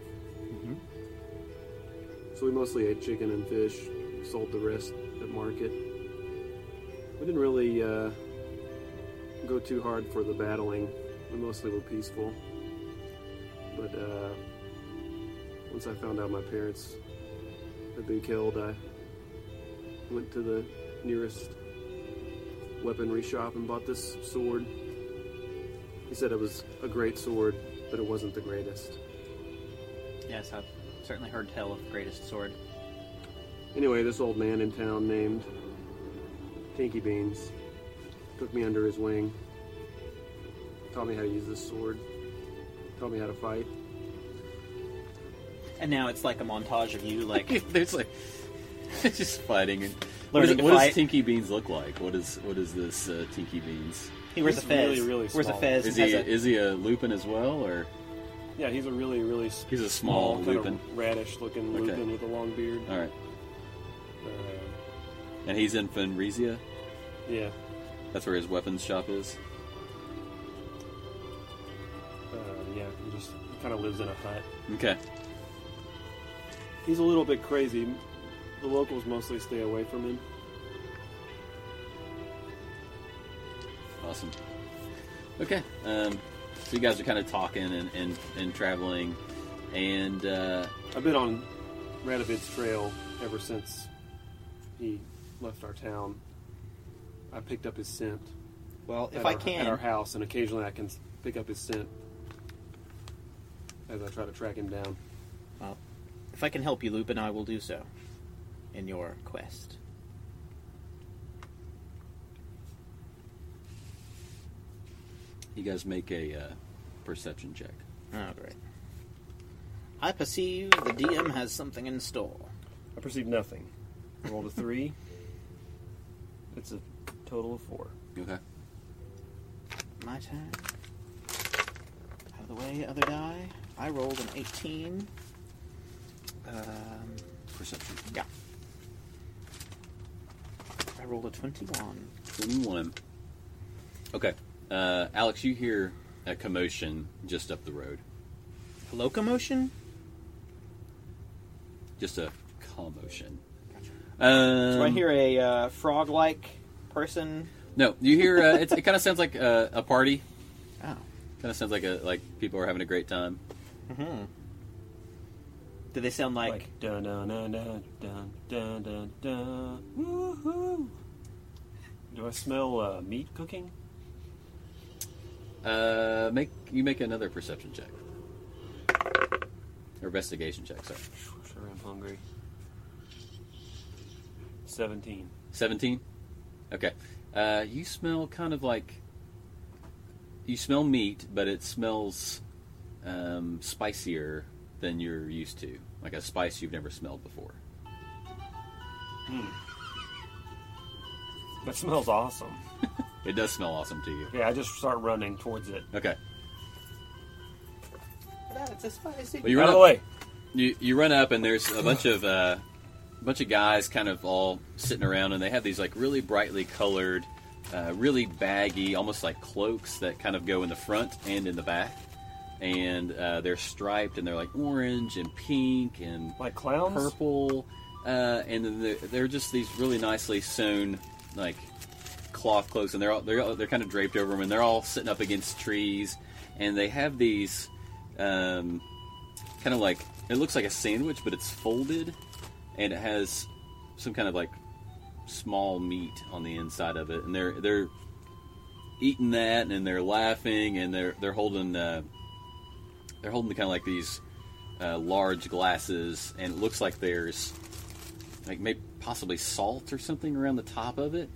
So we mostly ate chicken and fish, sold the rest at market. We didn't really uh, go too hard for the battling. We mostly were peaceful. But uh, once I found out my parents had been killed, I went to the nearest weaponry shop and bought this sword. He said it was a great sword, but it wasn't the greatest.
Yes, I've certainly heard tell of Greatest Sword.
Anyway, this old man in town named Pinky Beans took me under his wing, taught me how to use this sword, taught me how to fight.
And now it's like a montage of you, like,
There's like just fighting and what,
Learning
is,
to
what
fight.
does Tinky Beans look like? What is what is this uh, Tinky Beans?
he wears a
He's
fez.
really, really
wears a
small.
fez.
Is
and
he
has a-
is he a Lupin as well, or
Yeah, he's a really, really s-
He's a small
kind
Lupin.
of radish-looking
Okay.
Lupin with a long beard.
all right?
Uh,
And he's in Fenrisia.
yeah,
That's where his weapons shop is.
uh, just kind of lives in a hut.
Okay.
He's a little bit crazy. The locals mostly stay away from him.
Awesome. Okay. Um, so you guys are kind of talking and, and, and traveling, and uh,
I've been on Radovid's trail ever since he left our town. I picked up his scent
Well, if
at
I
our- at our
can,
house, and occasionally I can s- pick up his scent as I try to track him down.
well, if I can help you, Lupin, I will do so in your quest.
you guys make a uh, perception check.
Oh, great. I perceive the DM has something in store.
I perceive nothing.
Rolled a three. It's a total of four.
Okay.
My turn. Out of the way, other die. I rolled an 18. Um,
Perception.
yeah. I rolled a 21.
21. Okay. Uh, Alex, you hear a commotion just up the road.
A locomotion?
Just a commotion.
Gotcha.
Um,
Do I hear a uh, frog like person?
No, you hear. Uh, it's, it kind of sounds like uh, a party.
Oh.
Kind of sounds like a like people are having a great time.
Mm-hmm. Do they sound like.
Like dun dun dun dun dun dun dun dun. Woohoo! Do I smell uh, meat cooking?
Uh, make you make another perception check or investigation check. Sorry,
Sure, I'm hungry. Seventeen.
seventeen. Okay, uh, you smell kind of like you smell meat, but it smells um, spicier than you're used to, like a spice you've never smelled before.
That smells awesome.
It does smell awesome to you.
Yeah, I just start running towards it.
Okay,
That's a spicy.
well, you
Out
run
of
up,
the way.
You, you run up and there's a bunch of uh, bunch of guys kind of all sitting around and they have these like really brightly colored, uh, really baggy, almost like cloaks that kind of go in the front and in the back, and uh, they're striped and they're like orange and pink and
Like clowns.
purple, uh, and then they're, they're just these really nicely sewn like cloth clothes, and they're all, they're all- they're kind of draped over them, and they're all sitting up against trees, and they have these um, kind of like it looks like a sandwich, but it's folded, and it has some kind of like small meat on the inside of it, and they're they're eating that, and they're laughing, and they're they're holding. Uh, they're holding kind of like these uh, large glasses, and it looks like there's like maybe possibly salt or something around the top of it,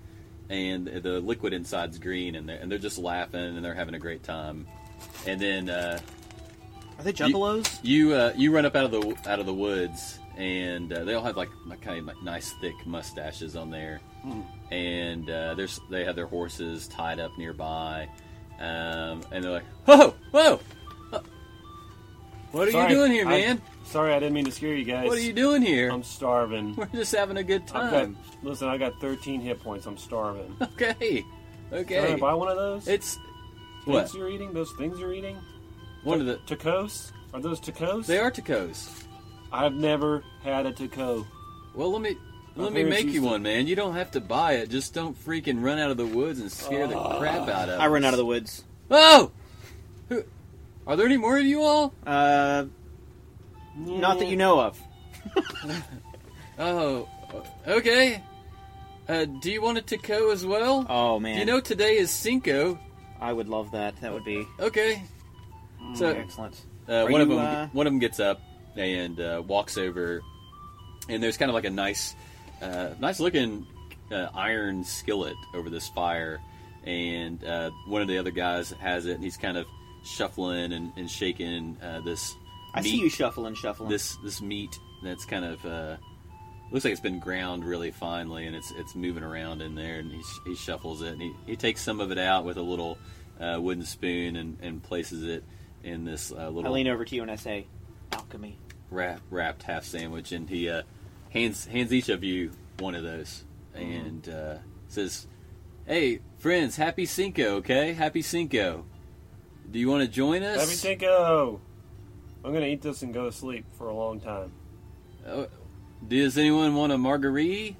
and the liquid inside's green, and they're, and they're just laughing and they're having a great time. And then uh,
Are they juggalos?
you uh, you run up out of the out of the woods, and uh, they all have like like, kind of like nice thick mustaches on there, and uh, there's they have their horses tied up nearby, um, and they're like, whoa, whoa. What are
Sorry,
you doing here,
I-
man?
Sorry, I didn't mean to scare you guys.
What are you doing here?
I'm starving.
We're just having a good
I've got,
time.
listen, I got 13 hit points. I'm starving.
Okay.
Can I
Okay.
buy one of those?
It's
things
what?
you're eating? Those things you're eating?
One of the
Tacos? Are those tacos?
they are tacos.
I've never had a taco.
Well, let me
My
let me
parents
make you
used to-
one, man. You don't have to buy it. Just don't freaking run out of the woods and scare the crap out of.
I run out of the woods.
Oh. Who- Are there any more of you all?
Uh, Not that you know of.
Oh, okay. Uh, do you want a taco as well?
Oh man,
You know today is Cinco.
I would love that. That would be
Okay. So
excellent.
Uh,
Are
one of
you,
them,
uh,
one of them gets up and uh, walks over, and there's kind of like a nice, uh, nice looking uh, iron skillet over this fire, and uh, one of the other guys has it, and he's kind of shuffling and, and shaking uh, this.
I see
meat-
you shuffling, shuffling.
This this meat that's kind of uh, looks like it's been ground really finely, and it's it's moving around in there, and he, sh- he shuffles it, and he, he takes some of it out with a little uh, wooden spoon and, and places it in this uh,
I
little
lean over to you and I say, "Alchemy."
wrap, wrapped half sandwich, and he uh, hands hands each of you one of those,
Mm-hmm.
and uh, says, "Hey, friends, happy Cinco, okay? Happy Cinco. Do you want to join us?
Happy Cinco!
I'm gonna eat this and go to sleep for a long time.
Oh, does anyone want a margarita?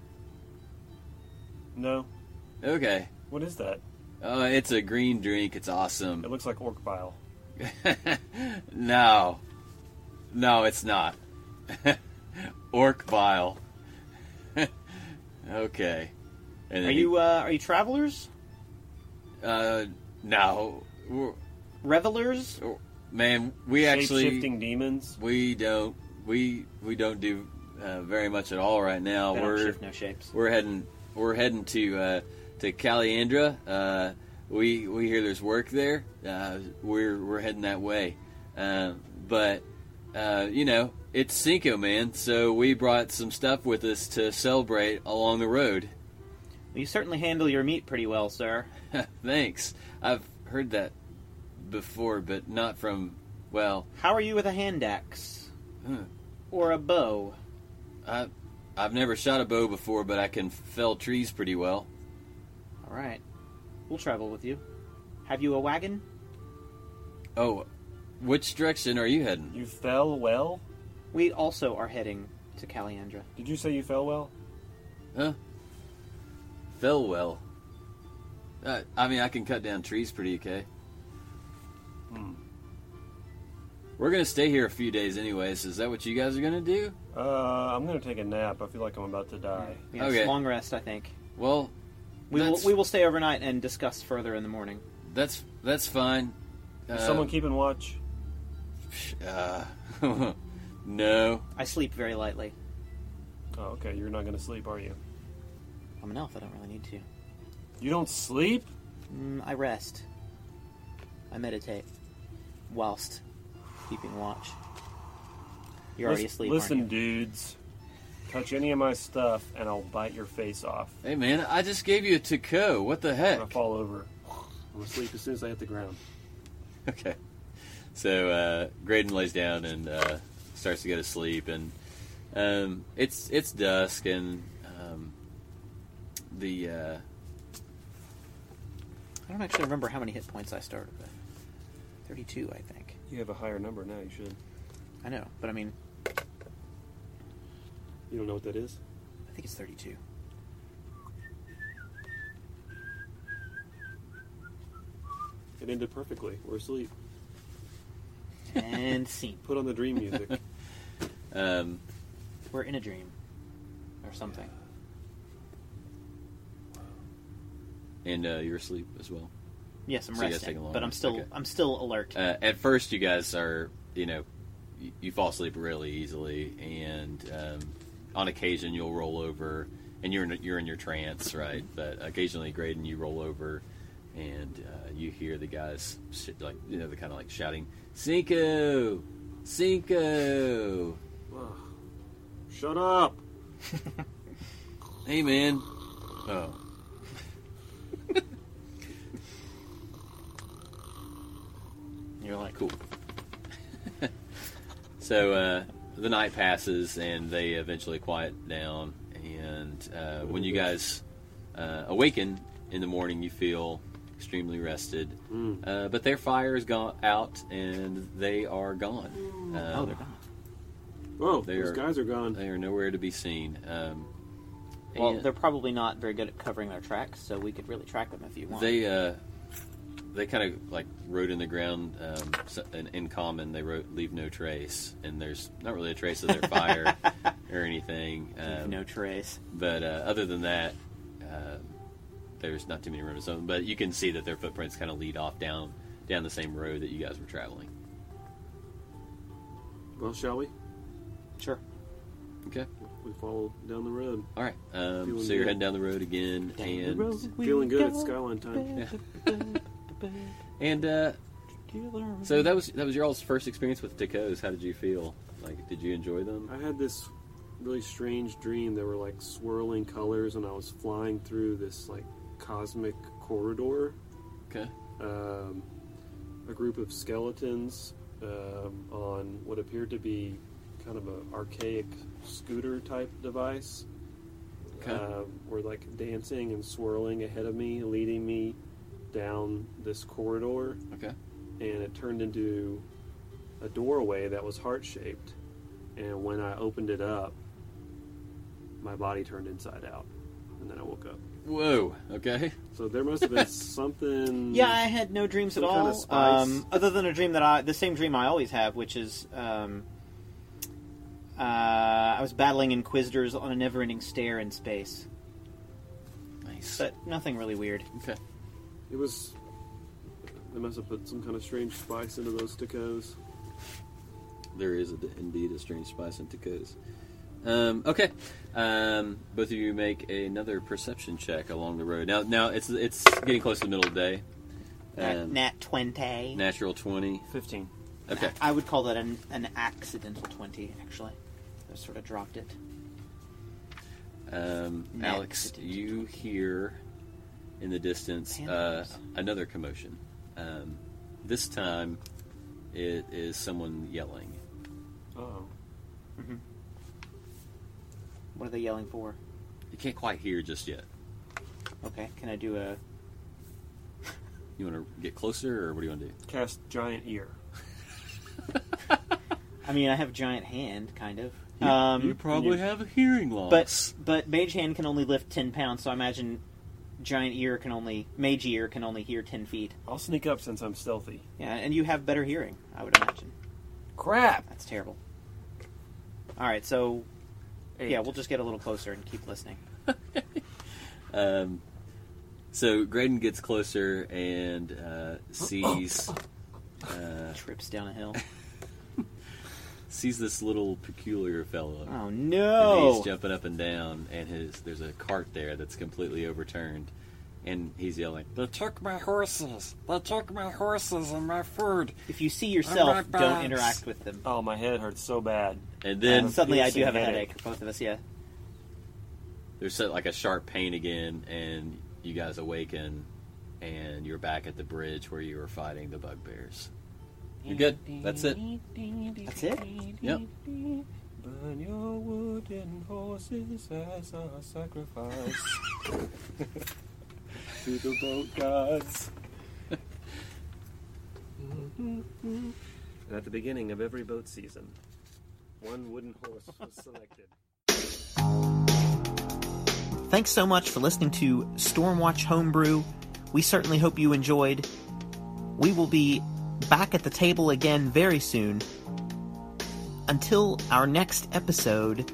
No,
Okay.
what is that?
Uh, it's a green drink. It's
It
awesome.
looks like orc bile.
no. No, it's not. Orc bile. okay. And
Are
then he-
you uh, are you travelers,
Uh, no. We're-
revelers?
Man, we actually
Shape-shifting demons.
we don't we we don't do uh, very much at all right now.
They don't
we're
shift no shapes.
we're heading we're heading to uh, to Caliandra. Uh, we we hear there's work there. Uh, we're we're heading that way. Uh, but uh, you know it's Cinco, man. So we brought some stuff with us to celebrate along the road.
You certainly handle your meat pretty well, sir.
Thanks. I've heard that before, but not from well.
How are you with a hand axe
Huh.
or a bow?
I, I've never shot a bow before, but I can fell trees pretty well.
All right, we'll travel with you. Have you a wagon?
Oh, which direction are you heading?
You fell well?
We also are heading to Caliandra.
Did you say you fell well?
Fell well. Uh, I mean, I can cut down trees pretty okay. Hmm. We're gonna stay here a few days, anyways. Is that what you guys are gonna do?
Uh, I'm gonna take a nap. I feel like I'm about to die.
Yes,
Okay.
long rest, I think.
Well,
We will,
That's-
we will stay overnight and discuss further in the morning.
that's that's fine. Um,
Is someone keeping watch?
Uh, no.
I sleep very lightly.
Oh, okay. You're not gonna sleep, are you?
I'm an elf. I don't really need to.
You don't sleep?
Mm, I rest. I meditate whilst keeping watch. You're already
Lis-
asleep.
Listen,
aren't
dudes. Touch any of my stuff, and I'll bite your face off.
Hey, man, I just gave you a taco. What the
And I
heck?
fall over.
I'm gonna sleep as soon as I hit the ground.
Okay. So uh, Graydon lays down and uh, starts to go to sleep, and um, it's it's dusk, and um, the uh,
you? I don't actually remember how many hit points I started with. Thirty-two, I think.
You have a higher number now. You should.
I know, but I mean,
You don't know what that is?
I think it's thirty-two.
It ended perfectly. We're asleep.
And scene.
Put on the dream music.
um,
We're in a dream, or something.
and uh, you're asleep as well.
Yes, I'm
So you guys take a
resting,
long
but I'm
rest,
still
okay.
I'm still alert.
Uh, at first, you guys are you know you, you fall asleep really easily, and um, on occasion you'll roll over, and you're in, you're in your trance, right? But occasionally, Graydon, you roll over. And uh, you hear the guys sh- like you know they're kind of like shouting Cinco, Cinco.
Shut up!
Hey man. Oh.
You're like,
Cool. So uh, the night passes and they eventually quiet down. And uh, when you guys uh, awaken in the morning, you feel extremely rested. Uh, but their fire is gone out and they are gone. Um,
oh, they're gone.
Oh,
Whoa,
They
those
are-
guys are gone.
They are nowhere to be seen. Um,
Well,
and-
they're probably not very good at covering their tracks, so we could really track them if you want.
They uh, they kind of like wrote in the ground um, so- in, in common. They wrote "Leave no trace," and there's not really a trace of their fire or anything. Um,
no trace.
But uh, other than that, uh, there's not too many remnants of them. But you can see that their footprints kind of lead off down down the same road that you guys were traveling.
Well, shall we?
Sure.
Okay,
We follow down the road.
all right. Um,
Feeling
so you're
good.
heading down the road again, and
Feeling good. It's skyline time.
and uh, so that was that was your all's first experience with tacos. How did you feel? Like, did you enjoy them?
I had this really strange dream. There were like swirling colors, and I was flying through this like cosmic corridor.
Okay.
Um, a group of skeletons um, on what appeared to be kind of an archaic scooter type device.
Okay.
um, were like dancing and swirling ahead of me, leading me down this corridor,
Okay.
and it turned into
a doorway that was heart shaped, and when I opened it up, my body turned inside out, and then I woke up.
Whoa. Okay.
So there must have been something.
Yeah, I had no dreams
Some
at
kind
all,
of spice.
um, other than a dream that I, the same dream I always have, which is um, uh, I was battling inquisitors on a never-ending stair in space,
Nice.
but nothing really weird.
Okay.
It was. They must have put some kind of strange spice into those sticos.
There is a, indeed a strange spice in Taco's. Um, okay, um, both of you make another perception check along the road. Now, now it's it's getting close to the middle of the day.
Nat,
Um,
Uh, nat twenty.
natural twenty.
15.
Okay,
I would call that an, an accidental twenty, actually. I sort of dropped it.
um,
Nat
Alex, you hear in the distance uh,
Panthers.
another commotion. Um, this time, it is someone yelling.
Oh.
What are they yelling for?
You can't quite hear just yet.
Okay, can I do a?
You want to get closer, or what do you want to do?
Cast giant ear.
I mean, I have a giant hand, kind of.
You,
um,
you probably have a hearing loss.
But but mage hand can only lift ten pounds, so I imagine giant ear can only mage ear can only hear ten feet.
I'll sneak up since I'm stealthy.
Yeah, and you have better hearing, I would imagine.
Crap!
That's terrible. All right, so
Eight.
yeah, we'll just get a little closer and keep listening.
Um, so Graydon gets closer and uh, sees uh,
Trips down a hill.
sees this little peculiar fellow.
Oh
And
no!
he's jumping up and down, and his there's a cart there that's completely overturned, and he's yelling.
They took my horses. They took my horses and my food.
If you see yourself,
right back.
don't interact with them.
Oh, my head hurts so bad.
And
And
then
suddenly, I do
piercing
have a
headache.
headache. Both of us, yeah. Uh-huh.
there's so- like a sharp pain again, and you guys awaken, and you're back at the bridge where you were fighting the bugbears. You're good. That's it.
That's it.
Yep.
Burn your wooden horses as a sacrifice to the boat gods. And at the beginning of every boat season, one wooden horse was selected.
Thanks so much for listening to Stormwatch Homebrew. We certainly hope you enjoyed. We will be back at the table again very soon. Until our next episode,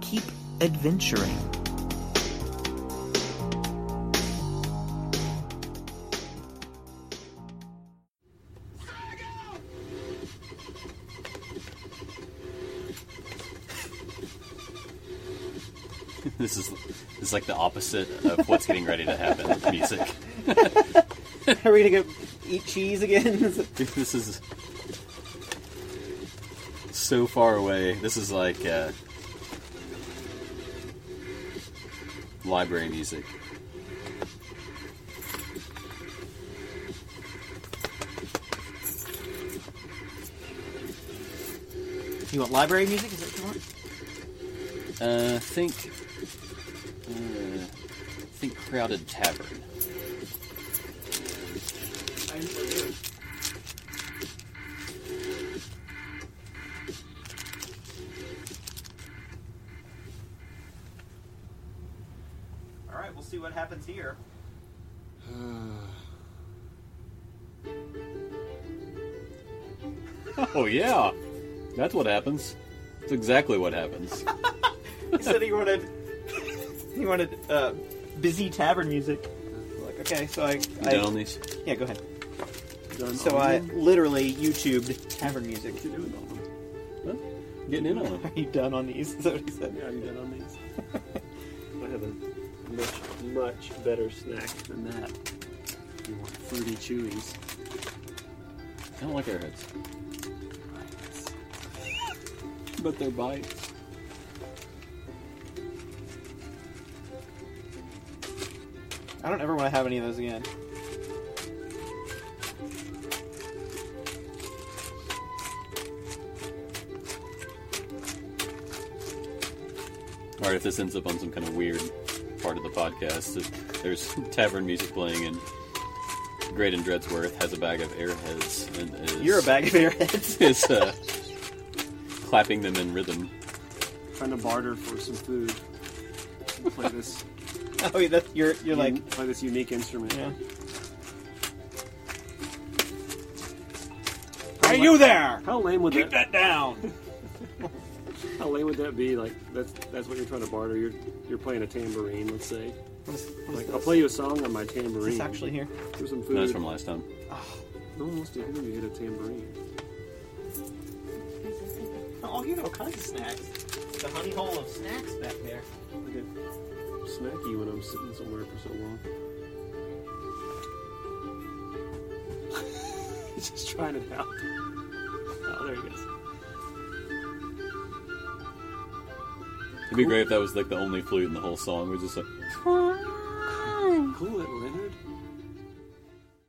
keep adventuring.
This is this is like the opposite of what's getting ready to happen with music.
Are we gonna go eat cheese again?
this is so far away. This is like uh, library music.
you want library music? Is that what you want?
Uh, think, uh, think crowded tavern.
All right, we'll see what happens here.
Oh yeah, that's what happens. That's exactly what happens.
He said he wanted he wanted uh, busy tavern music. Like, okay, so I, I
Down on these.
yeah, go ahead.
Done
So
all
I
of them?
literally YouTubed tavern music.
You doing all of them?
Getting in on them.
Are you done on these? Is that what he said?
Yeah, you done on these? I have a much, much better snack than that. You want fruity chewies.
I don't like airheads.
But they're bites.
I don't ever want to have any of those again.
All right, if this ends up on some kind of weird part of the podcast, if there's tavern music playing and Graydon Dreadsworth has a bag of airheads and is,
You're a bag of airheads.
is uh, clapping them in rhythm.
Trying to barter for some food. Play this.
oh, yeah, that's, you're you're like
play this unique instrument.
yeah.
Hey, you there!
How lame would
Keep that down!
How lame would that be? Like that's that's what you're trying to barter. You're you're playing a tambourine, let's say.
What is, what is
Like
this?
I'll play you a song on my tambourine.
Is this actually here?
Here's some food.
That's from last time.
No one wants to hear you hit a tambourine.
I'll get Oh, all kinds of snacks. The honey hole of snacks back there.
I get snacky when I'm sitting somewhere for so long. He's just trying it out. Oh, there he goes.
It'd be great if that was like the only flute in the whole song. We're just like,